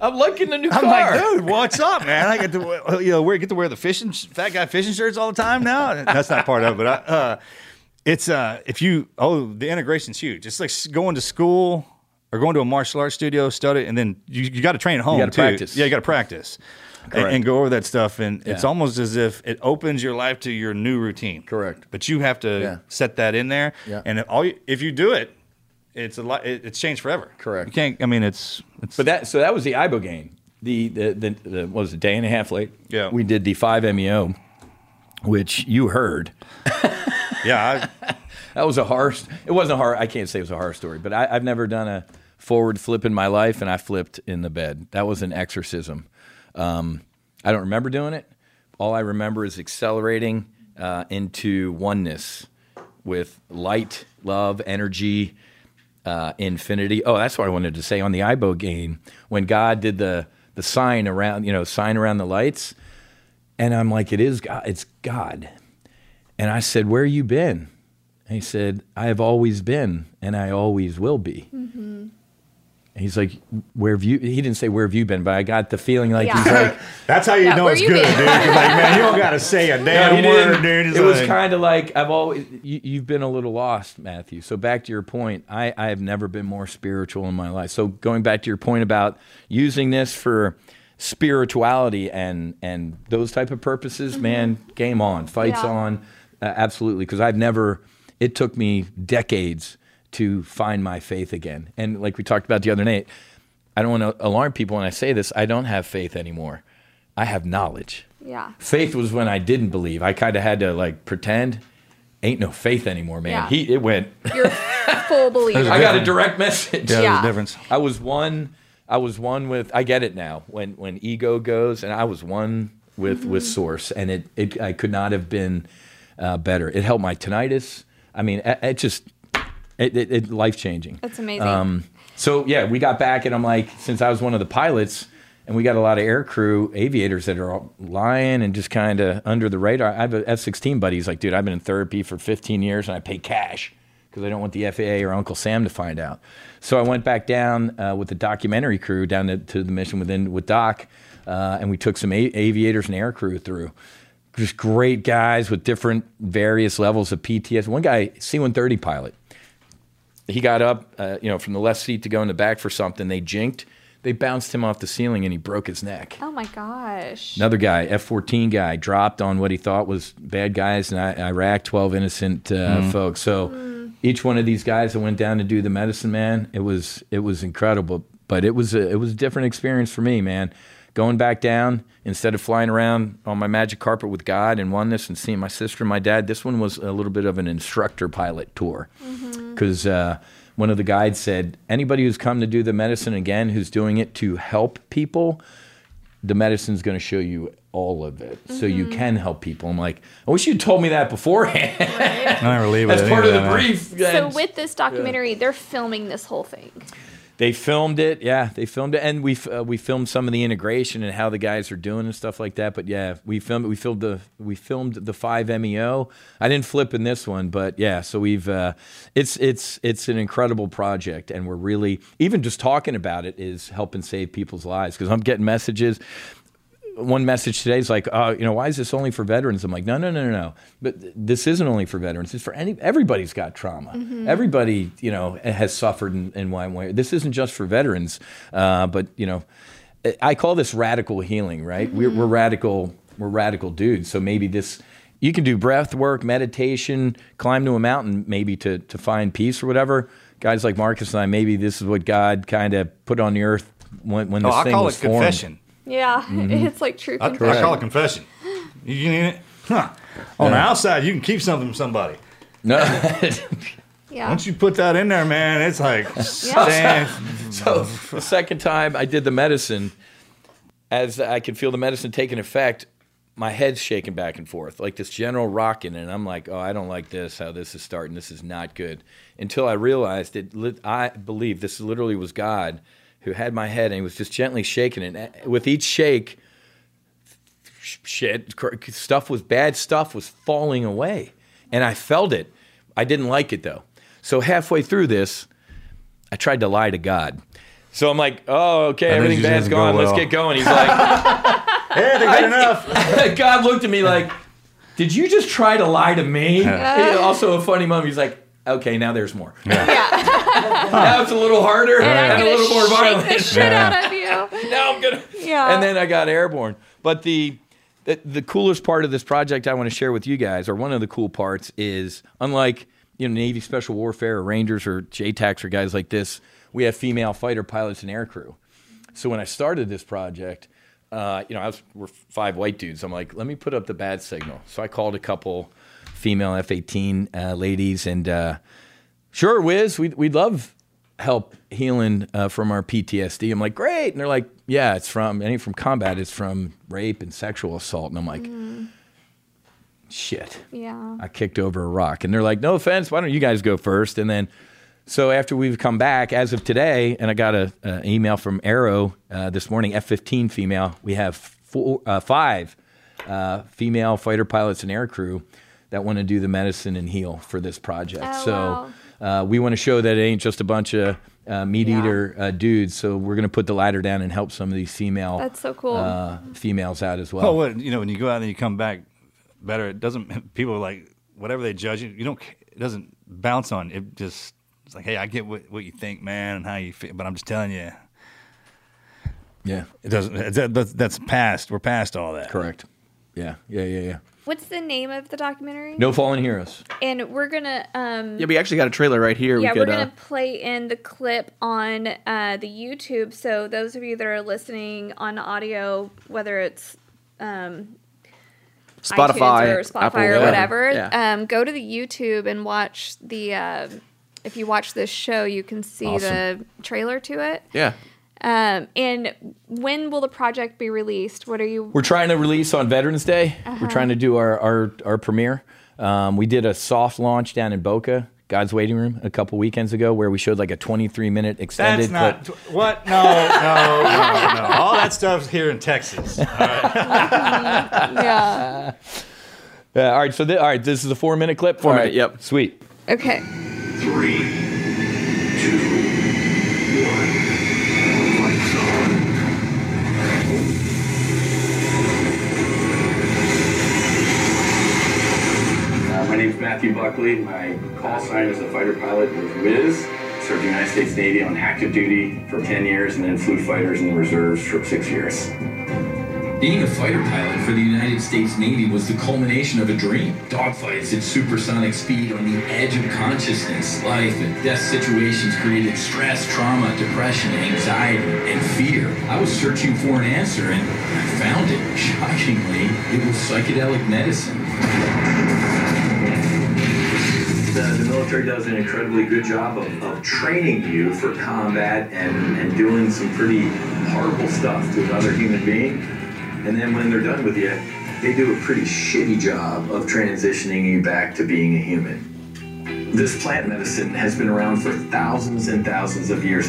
I'm liking the new
I'm
car.
like, dude, what's up, man? I get to wear- you know wear get to wear the fishing sh- fat guy fishing shirts all the time now. And That's not part of it, but I, uh, it's uh, if you oh the integration's huge. It's like s- going to school or going to a martial arts studio, study, and then you, you got to train at home
gotta
too.
practice.
Yeah, you got to practice. And,
Correct.
and go over that stuff, and it's
Yeah.
almost as if it opens your life to your new routine.
Correct.
But you have to
Yeah.
set that in there,
Yeah.
and if all you, if you do it, it's a lot. It, it's changed forever.
Correct.
You can't. I mean, it's it's.
But that so that was the ibogaine. The the the, the what was it, day and a half late?
Yeah.
We did the five MEO, which you heard.
*laughs* yeah. I,
*laughs* That was a horror. st- It wasn't a horror. I can't say it was a horror story, but I, I've never done a forward flip in my life, and I flipped in the bed. That was an exorcism. Um, I don't remember doing it. All I remember is accelerating uh, into oneness with light, love, energy, uh, infinity. Oh, that's what I wanted to say on the Ibo game when God did the the sign around, you know, sign around the lights, and I'm like, it is God. It's God. And I said, Where you been? And he said, I have always been and I always will be. And he's like, Where have you he didn't say where have you been, but I got the feeling like
Yeah.
he's like
*laughs* That's how you
Yeah,
know
where
it's
you
good,
been?
dude. You're like, man, you don't gotta
*laughs*
say a damn
No, you
word, dude.
didn't.
It's
It was
like-
kind of like I've always you, you've been a little lost, Matthew. So back to your point, I I have never been more spiritual in my life. So going back to your point about using this for spirituality and and those type of purposes, man, game on, fights
Mm-hmm. Yeah.
on, uh, absolutely. Because I've never. It took me decades to find my faith again, and like we talked about the other night, I don't want to alarm people when I say this. I don't have faith anymore. I have knowledge.
Yeah.
Faith was when I didn't believe. I kind of had to like pretend. Ain't no faith anymore, man.
Yeah.
He it went.
You're full believer.
I got a direct message.
yeah,
Yeah.
There's a difference.
I was one. I was one with. I get it now. When when ego goes, and I was one with with source, and it it I could not have been uh, better. It helped my tinnitus. I mean, it, it just it, it, it life changing.
That's amazing.
Uh, Um, So yeah, we got back, and I'm like, since I was one of the pilots, and we got a lot of air crew aviators that are all lying and just kind of under the radar. I have a F-16 buddy. He's like, dude, I've been in therapy for 15 years, and I pay cash because I don't want the FAA or Uncle Sam to find out. So I went back down uh, with the documentary crew down to, to the mission within with Doc, uh, and we took some a- aviators and air crew through. Just great guys with different various levels of PTS. One guy, C-130 pilot he got up, uh, you know, from the left seat to go in the back for something. They jinked. They bounced him off the ceiling and he broke his neck.
oh my gosh.
Another guy, F 14 guy, dropped on what he thought was bad guys in I- Iraq, 12 innocent uh, folks. So each one of these guys that went down to do the medicine, man, it was it was incredible. But it was a, it was a different experience for me, man. Going back down instead of flying around on my magic carpet with God and oneness and seeing my sister and my dad. This one was a little bit of an instructor pilot tour because uh, one of the guides said anybody who's come to do the medicine again who's doing it to help people the medicine's going to show you all of it so you can help people i'm like i wish you'd told me that beforehand
I never leave it.
that's part of the brief
So
That's-
with this documentary, they're filming this whole thing.
they filmed it yeah they filmed it and we f- uh, we filmed some of the integration and how the guys are doing and stuff like that but yeah we filmed we filmed the we filmed the 5 meo i didn't flip in this one but yeah so we've uh, it's it's it's an incredible project and we're really even just talking about it is helping save people's lives because i'm getting messages one message today is like, oh, you know, why is this only for veterans? I'm like, no, no, no, no, no. But th- this isn't only for veterans. It's for any. Everybody's got trauma. Everybody, you know, has suffered in, in one way. This isn't just for veterans. Uh, but you know, I- I call this radical healing. Right? We're, we're radical. We're radical dudes. So maybe this. You can do breath work, meditation, climb to a mountain, maybe to to find peace or whatever. Guys like Marcus and I, maybe this is what God kind of put on the earth when, when
Oh,
this
I
thing
call
was
it
formed.
confession.
Yeah, *laughs*
Mm-hmm.
it's like true
I,
confession.
I *laughs* call it confession. You can it. Huh. On the outside, you can keep something from somebody.
No.
*laughs* Yeah.
Once you put that in there, man, it's like *laughs* saying,
*laughs* So the second time I did the medicine, as I could feel the medicine taking effect, my head's shaking back and forth, like this general rocking, and I'm like, oh, I don't like this. How this is starting? This is not good. Until I realized it. Lit- I believe this literally was God who had my head and he was just gently shaking it. And uh, With each shake, sh- shit, cr- stuff was bad. Stuff was falling away, and I felt it. I didn't like it though. So halfway through this, I tried to lie to God. So I'm like, oh, okay,
I think
everything
this
bad's
doesn't go
gone. Let's
well.
get going.
*laughs*
He's like.
Yeah, they're good
*laughs*
enough.
God looked at me like, "Did you just try to lie to me?"
Yeah.
He- also, a funny moment. He's like, "Okay, now there's more. *laughs* now it's a little harder
And I'm
and, a
gonna
little more
shake
violent."
the shit out of you.
now I'm gonna.
Yeah.
And then I got airborne. But the, the the coolest part of this project I want to share with you guys, or one of the cool parts, is unlike you know Navy Special Warfare or Rangers or JTACs or guys like this, we have female fighter pilots and air crew. So when I started this project, uh, you know, I was, we're five white dudes. I'm like, let me put up the bad signal. So I called a couple female F-18 uh, ladies and. Uh, sure, Wiz, we'd, we'd love help healing uh, from our PTSD. I'm like, great. And they're like, yeah, it's from, it ain't from combat, it's from rape and sexual assault. And I'm like, shit.
Mm, Yeah.
I kicked over a rock. And they're like, no offense, why don't you guys go first? And then, so after we've come back, as of today, and I got a- an email from Arrow uh, this morning, F 15 female, we have four, uh, five uh, female fighter pilots and air crew that want to do the medicine and heal for this project.
Oh,
so uh, we want to show that it ain't just a bunch of uh, meat eater uh, dudes. So we're going to put the ladder down and help some of these female
That's so cool.
uh, females out as well.
Oh, what, you know, when you go out and you come back better, it doesn't. *laughs* People are like whatever they judge you, you don't. ca- It doesn't bounce on. you. It just it's like, hey, I get what, what you think, man, and how you feel, but I'm just telling you,
yeah,
it doesn't. it's- That, that's, that's past. We're past all that.
Correct. Yeah, yeah, yeah, yeah.
What's the name of the documentary?
No fallen heroes.
And we're gonna um
Yeah, we actually got a trailer right here.
yeah,
we
we're
could, uh,
gonna play in the clip on uh, the YouTube. So those of you that are listening on audio, whether it's um,
Spotify,
iTunes or Spotify
Apple,
or
whatever.
whatever,
Yeah.
um, go to the YouTube and watch the. Um, if you watch this show, you can see
Awesome.
the trailer to it.
uh, yeah.
Um, and when will the project be released? What are you?
*laughs* We're trying to release on Veterans Day.
Uh-huh.
We're trying to do our our, our premiere. Um, we did a soft launch down in Boca, God's Waiting Room, a couple weekends ago, where we showed like a 23 minute extended.
That's not what. No, no, no, no. All that stuff's here in Texas.
yeah.
*laughs* clip. Uh, all right, so thi- all right, this is a four minute clip. Four
minute, yep.
Sweet.
Okay.
Three, two, one. Lights on.
Uh, my name's Matthew Buckley. My call sign as a fighter pilot was Wiz. Served the United States Navy on active duty for 10 years and then flew fighters in the reserves for six years.
Being a fighter pilot for the United States Navy was the culmination of a dream. Dogfights at supersonic speed on the edge of consciousness. Life and death situations created stress, trauma, depression, anxiety, and fear. I was searching for an answer and I found it. *laughs* Shockingly, it was psychedelic medicine.
uh, The, the military does an incredibly good job of, of training you for combat and, and doing some pretty horrible stuff to another human being. And then when they're done with you, they do a pretty shitty job of transitioning you back to being a human. This plant medicine has been around for thousands and thousands of years.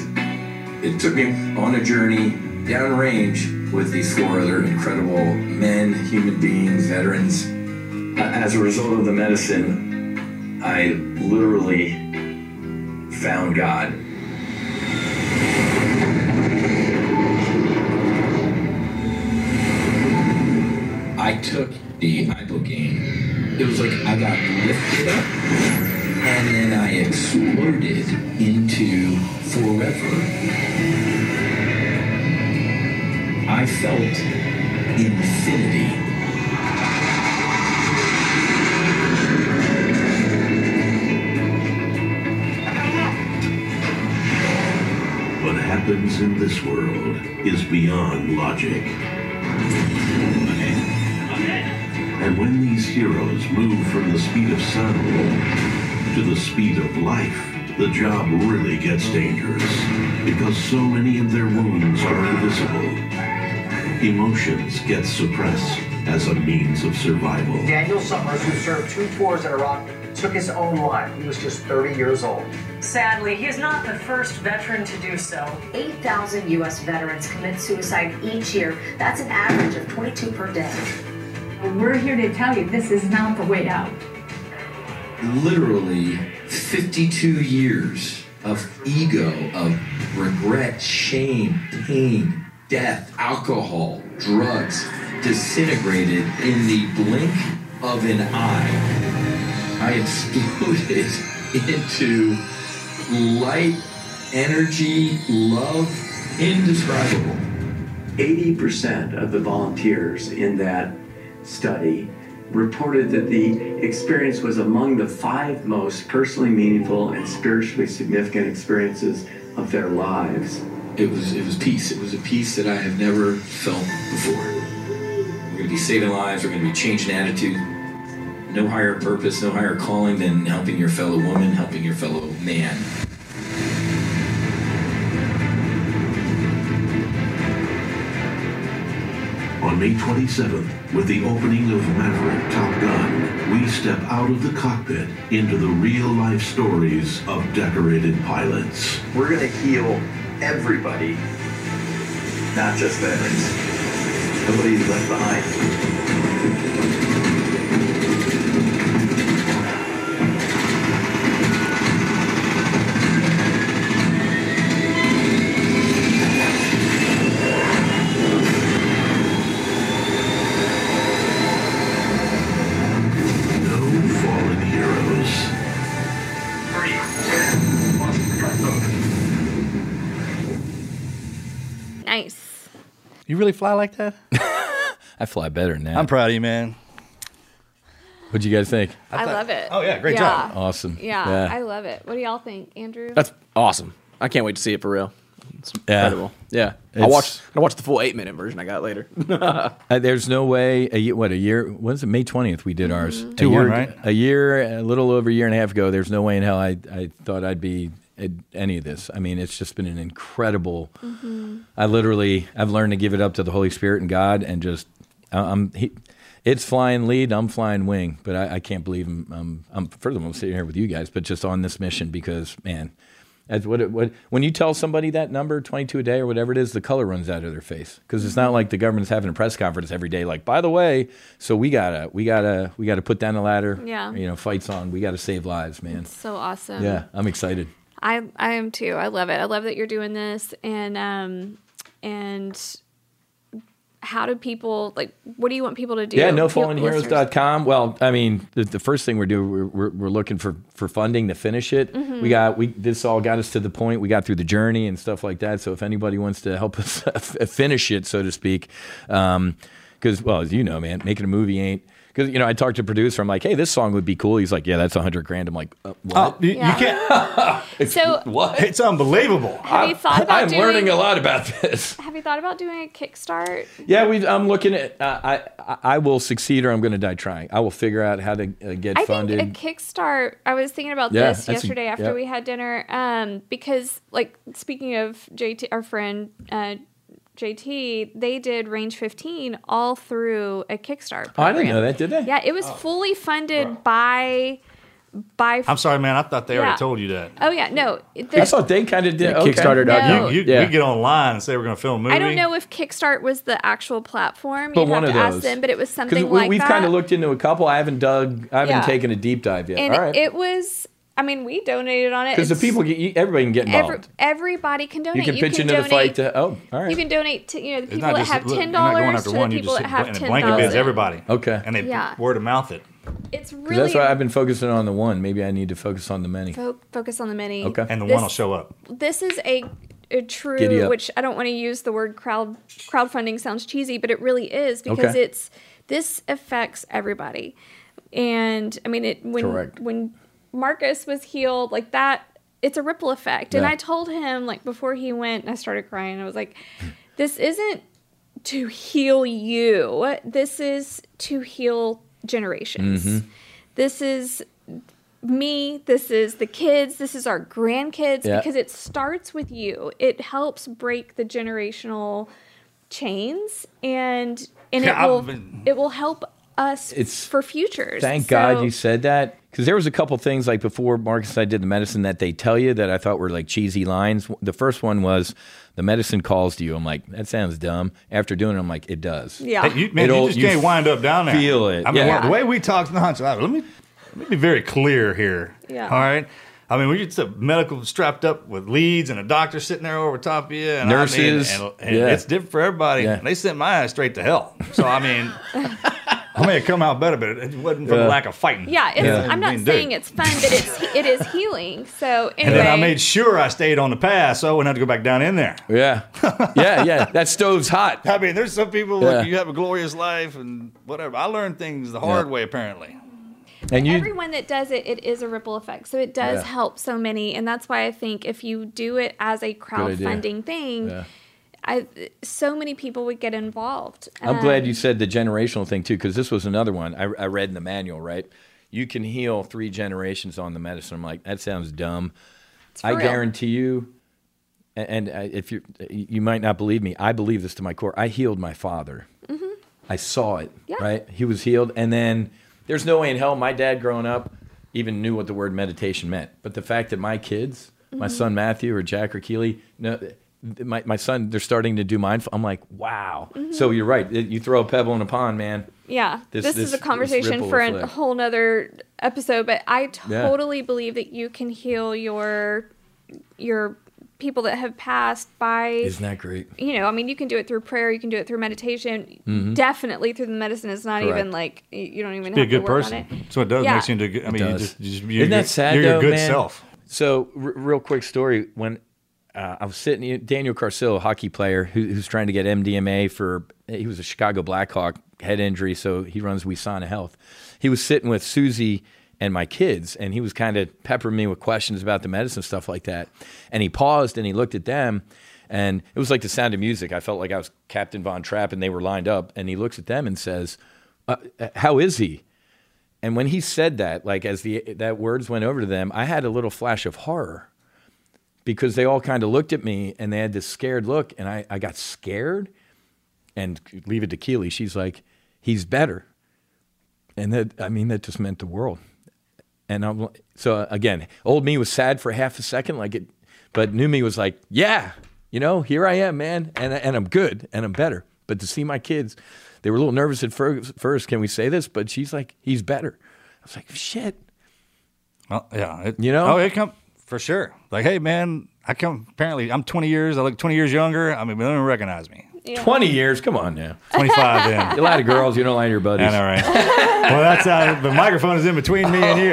It took me on a journey downrange with these four other incredible men, human beings, veterans.
As a result of the medicine, I literally found God.
I took the ibogaine. It was like I got lifted up and then I exploded into forever. I felt infinity.
What happens in this world is beyond logic. And when these heroes move from the speed of sound to the speed of life, the job really gets dangerous because so many of their wounds are invisible. Emotions get suppressed.
as a means of survival.
Daniel Summers, who served two tours in Iraq, took his own life. He was just 30 years old.
Sadly, he is not the first veteran to do so.
8,000 U.S. veterans commit suicide each year. That's an average of 22 per day.
We're here to tell you this is not the way out.
literally 52 years of ego, of regret, shame, pain, death, alcohol, drugs disintegrated in the blink of an eye. I exploded *laughs* into light, energy, love, indescribable.
80% of the volunteers in that study reported that the experience was among the five most personally meaningful and spiritually significant experiences of their lives.
It was it was peace. It was a peace that I have never felt before. We're gonna be saving lives. We're gonna be changing attitude. No higher purpose, no higher calling than helping your fellow woman, helping your fellow man.
On May 27th, with the opening of Maverick Top Gun, we step out of the cockpit into the real life stories of decorated pilots.
We're going to heal everybody, not just veterans. Nobody's left behind. No fallen heroes.
Nice.
You really fly like that?
*laughs* I fly better than that.
I'm proud of you, man.
What'd you guys think?
uh,
I, love it.
Oh, yeah,
great
yeah.
job. Awesome.
Yeah,
Yeah.
I love it. What do y'all think, Andrew?
That's awesome. I can't wait to see it for real. It's incredible. Yeah. I
It's-
watched I watched the full eight minute version I got later.
*laughs*
*laughs*
Uh, there's no way. A, ye- what a year was it? May twentieth we did ours.
Mm-hmm. Two
a year,
one, right?
A year, a little over a year and a half ago. There's no way in hell I I thought I'd be at any of this. I mean, it's just been an incredible. I literally I've learned to give it up to the Holy Spirit and God, and just I- I'm. He, it's flying lead, I'm flying wing, but I, I can't believe I'm, I'm, I'm. First of all, I'm sitting here with you guys, but just on this mission because man, that's what it, what when you tell somebody that number, 22 a day or whatever it is, the color runs out of their face because it's not like the government's having a press conference every day. Like, by the way, so we gotta, we gotta, we gotta put down the ladder.
Yeah.
you know, fights on. We gotta save lives, man.
so awesome.
Yeah, I'm excited.
I I am too. I love it. I love that you're doing this and um and how do people like what do you want people to do?
Yeah, no
People- listeners.
nofallenheroes.com. Well, I mean, the, the first thing we're doing, we're, we're, we're looking for, for funding to finish it.
Mhm.
We got, we, this all got us to the point. We got through the journey and stuff like that. So if anybody wants to help us *laughs* f- finish it, so to speak, um, cause well, as you know, man, making a movie ain't, cause you know, I talked to a producer. I'm like, Hey, this song would be cool. He's like, yeah, that's a hundred grand. I'm like, uh, what?
Oh, you,
*laughs* can't.
So-
what?
It's unbelievable.
Have you thought about
I'm learning
doing-
a lot about this.
Have you thought about doing a Kickstart?
Yeah, we, I'm looking at. Uh, I I- I will succeed or I'm going to die trying. I will figure out how to uh, get
I
funded.
think a Kickstart. I was thinking about
Yeah,
this
that's a-
yesterday after
yep.
we had dinner, um, because like speaking of JT, our friend uh, JT, they did Range 15 all through a Kickstart.
Oh, I didn't
program.
know that, did they?
Yeah, it
Oh.
was fully funded by by.
I'm sorry, man. I thought they
Yeah.
already told you that.
Oh yeah, no. the-
I
thought they kind of
did- okay. No.
You, you,
Yeah.
We get online and say we're going to film a movie.
I don't know if Kickstart was the actual platform.
But
You'd
one
have
of
to ask
those.
them, but it was
'Cause
something
we,
like
we've
that.
kind of looked into a couple. I haven't dug. I haven't
Yeah.
taken a deep dive yet.
and
All right.
it was. I mean, we donated on it.
Because the
It's-
people, get, you- everybody can get
Every,
involved.
everybody can donate.
you can pitch into
donate,
the fight. To, oh, all right.
You can donate to you know the
It's
people
not
that
just-
have
look, you're
ten
not going
dollars
after
to the
one, you
people
just
that
hit-
have
and
ten
it blanket bids
dollars.
everybody.
Okay.
And they
Yeah.
word of mouth it.
It's
'Cause
really
that's why I've been focusing on the one. Maybe I need to focus on the many.
fo- focus on the many.
Okay.
this,
up.
This is a a
Giddy
true,
up.
which I don't want to use the word crowd crowdfunding sounds cheesy, but it really is because
Okay.
it's this affects everybody. And I mean it when
Correct.
when Marcus was healed like that it's a ripple effect. And
Yeah.
I told him like before he went and I started crying. I was
*laughs*
like this isn't to heal you. This is to heal generations.
Mhm.
This is me, this is the kids, this is our grandkids
Yeah.
because it starts with you. It helps break the generational chains, and and
*laughs*
it
Yeah, I've
will
been-
it will help us
It's-
for futures.
Thank
So-
God you said that because there was a couple things like before Marcus and I did the medicine that they tell you that I thought were like cheesy lines. The first one was the medicine calls to you. I'm like, that sounds dumb. After doing it, I'm like, it does.
Yeah. Hey, you- man, you just can't wind up down there.
Feel it.
I mean,
yeah.
the way we talk nonchalant. Let me let me be very clear here.
Yeah.
All right. I mean, we're just a medical strapped up with leads and a doctor sitting there over top of you, and I mean,
Nurses.
and, and
Yeah.
it's different for everybody.
Yeah.
They sent my ass straight to hell. So I mean, *laughs* I may have come out better, but it wasn't for
Yeah.
the lack of fighting.
Yeah, it's,
Yeah.
I'm not
Being
saying
dirty.
it's fun, but it's it is healing. So
*laughs* And then I
anyway,
made sure I stayed on the path, so I wouldn't have to go back down in there. *laughs*
Yeah. Yeah. Yeah. That stove's hot.
I mean, there's some people like,
Yeah.
you have a glorious life and whatever. I learned things the hard way apparently.
And you,
everyone that does it, it is a ripple effect. So it does
Yeah.
help so many, and that's why I think if you do it as a
idea.
crowdfunding thing,
Yeah.
I so many people would get involved.
I'm
Um,
glad you said the generational thing too, because this was another one I, I read in the manual. Right, you can heal three generations on the medicine. I'm like, that sounds dumb.
for
I
real.
guarantee you, a- and, I if you you might not believe me, I believe this to my core. I healed my father. I saw it.
Mm-hmm. Yeah.
Right, he was healed, and then there's no way in hell my dad growing up even knew what the word meditation meant. But the fact that my kids, my
Mhm.
Mm-hmm.
son Matthew or Jack or Keely, no. th- My, my son, they're starting to do mindful. I'm like, wow. So you're right. It- You throw a pebble in a pond, man.
Yeah,
This-
this,
this-
is a
this
conversation
ripple
for a
effect.
whole nother episode, but I
Yeah.
totally believe that you can heal your your people that have passed by.
Isn't that great?
you know, I mean, you can do it through prayer, you can do it through meditation,
Mm-hmm.
Mhm.
definitely through the medicine. It's not
Correct.
even like y- you don't even
Be a
have to
good
work
person.
on it.
That's what it does.
Yeah.
Makes you into. a good- I mean, you just, you just, you're,
Isn't that sad?
You're your
though,
good
man?
self.
So, r- real quick story. When uh, I was sitting, Daniel Carcillo, hockey player, who, who's trying to get MDMA for, he was a Chicago Blackhawk head injury, so he runs Wisana Health. He was sitting with Susie and my kids, and he was kind of peppering me with questions about the medicine stuff like that. And he paused and he looked at them, and it was like the sound of music. I felt like I was Captain Von Trapp, and they were lined up. And he looks at them and says, uh, uh, "How is he?" And when he said that, like as the that words went over to them, I had a little flash of horror because they all kind of looked at me and they had this scared look, and I, I got scared. And leave it to Keely. She's like, he's better, and that I mean that just meant the world. And I'm like- so uh, again, old me was sad for half a second, like it, but new me was like, yeah, you know, here I am, man, and and I'm good and I'm better. But to see my kids, they were a little nervous at first. first can we say this? But she's like, he's better. I was like, shit.
Well, yeah, it,
you know,
Oh, it come for sure. Like, hey, man, I come. Apparently, I'm 20 years. I look 20 years younger. I mean, they don't even recognize me.
20 years. Come on
*laughs*
now.
25 then.
You lie to girls, you don't lie to your *laughs* buddies.
I know, right? well, that's how the microphone is in between me
*laughs*
and you.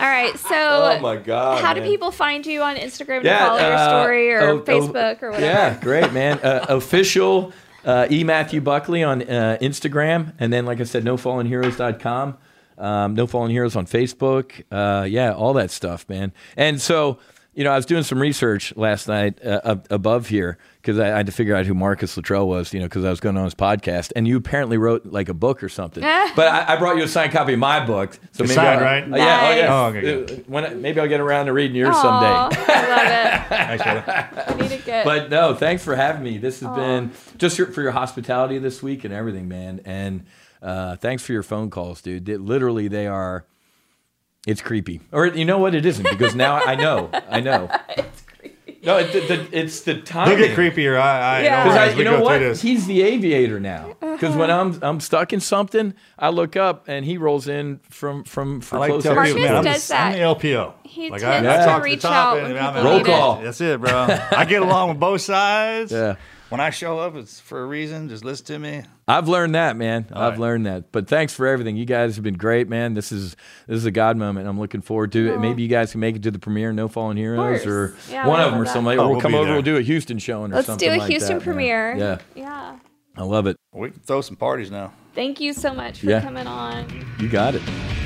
All right,
*laughs*
so
Oh my God,
how do
man.
people find you on Instagram to
Yeah,
follow
uh,
your story or
oh, oh,
Facebook or whatever?
Yeah, great, man. Uh, *laughs* official uh, E. Matthew Buckley on uh, Instagram. And then, like I said, nofallenheroes.com. Um, no Fallen Heroes on Facebook. Uh, yeah, all that stuff, man. And so, you know, I was doing some research last night uh, ab- above here because I, I had to figure out who Marcus Luttrell was, you know, because I was going on his podcast. And you apparently wrote like a book
*laughs*
or something. but I, I brought you a signed copy of my book. So
It's
maybe
signed,
I'll-
right?
Uh, yeah, oh, yeah.
Nice. Oh, okay, good.
Uh, when I- maybe I'll get around to reading yours
Aw,
someday.
I
love it.
I need to get.
But no, thanks for having me. This has
Aw.
been just your, for your hospitality this week and everything, man. And uh, thanks for your phone calls, dude. They- literally, they are. It's creepy, or you know what? It isn't because now I know. I
*laughs*
know.
*laughs*
No, it, the, the, it's the
They'll
timing.
get creepier. I, I,
Yeah. Uh-huh. 'Cause
no
I-
worries,
you
we
know
go through
what?
this.
He's the aviator now. Because when I'm I'm stuck in something, I look up and he rolls in from from
I
from
like to
close
tell
air.
people, man, I'm, the, I'm the LPO.
He
like,
tends to
talk the
reach
top
out
and
when
I'm
people
out.
need Roll it.
That's it, bro. I get along with both sides.
Yeah.
When I show up, it's for a reason. Just listen to me.
I've learned that, man. I've
right.
learned that. But thanks for everything. You guys have been great, man. This is this is a god moment. I'm looking forward to it.
Aw.
Maybe you guys can make it to the premiere, No Fallen Heroes,
course.
or
Yeah,
one
we
of them
love
or
that.
something.
Oh,
or we'll
we'll
come
be
over.
there.
We'll do a Houston showing or
Let's
something
do a
like
Houston
that, man.
premiere.
Yeah,
Yeah.
I love it.
We can throw some parties now.
Thank you so much for
Yeah.
coming on.
You got it.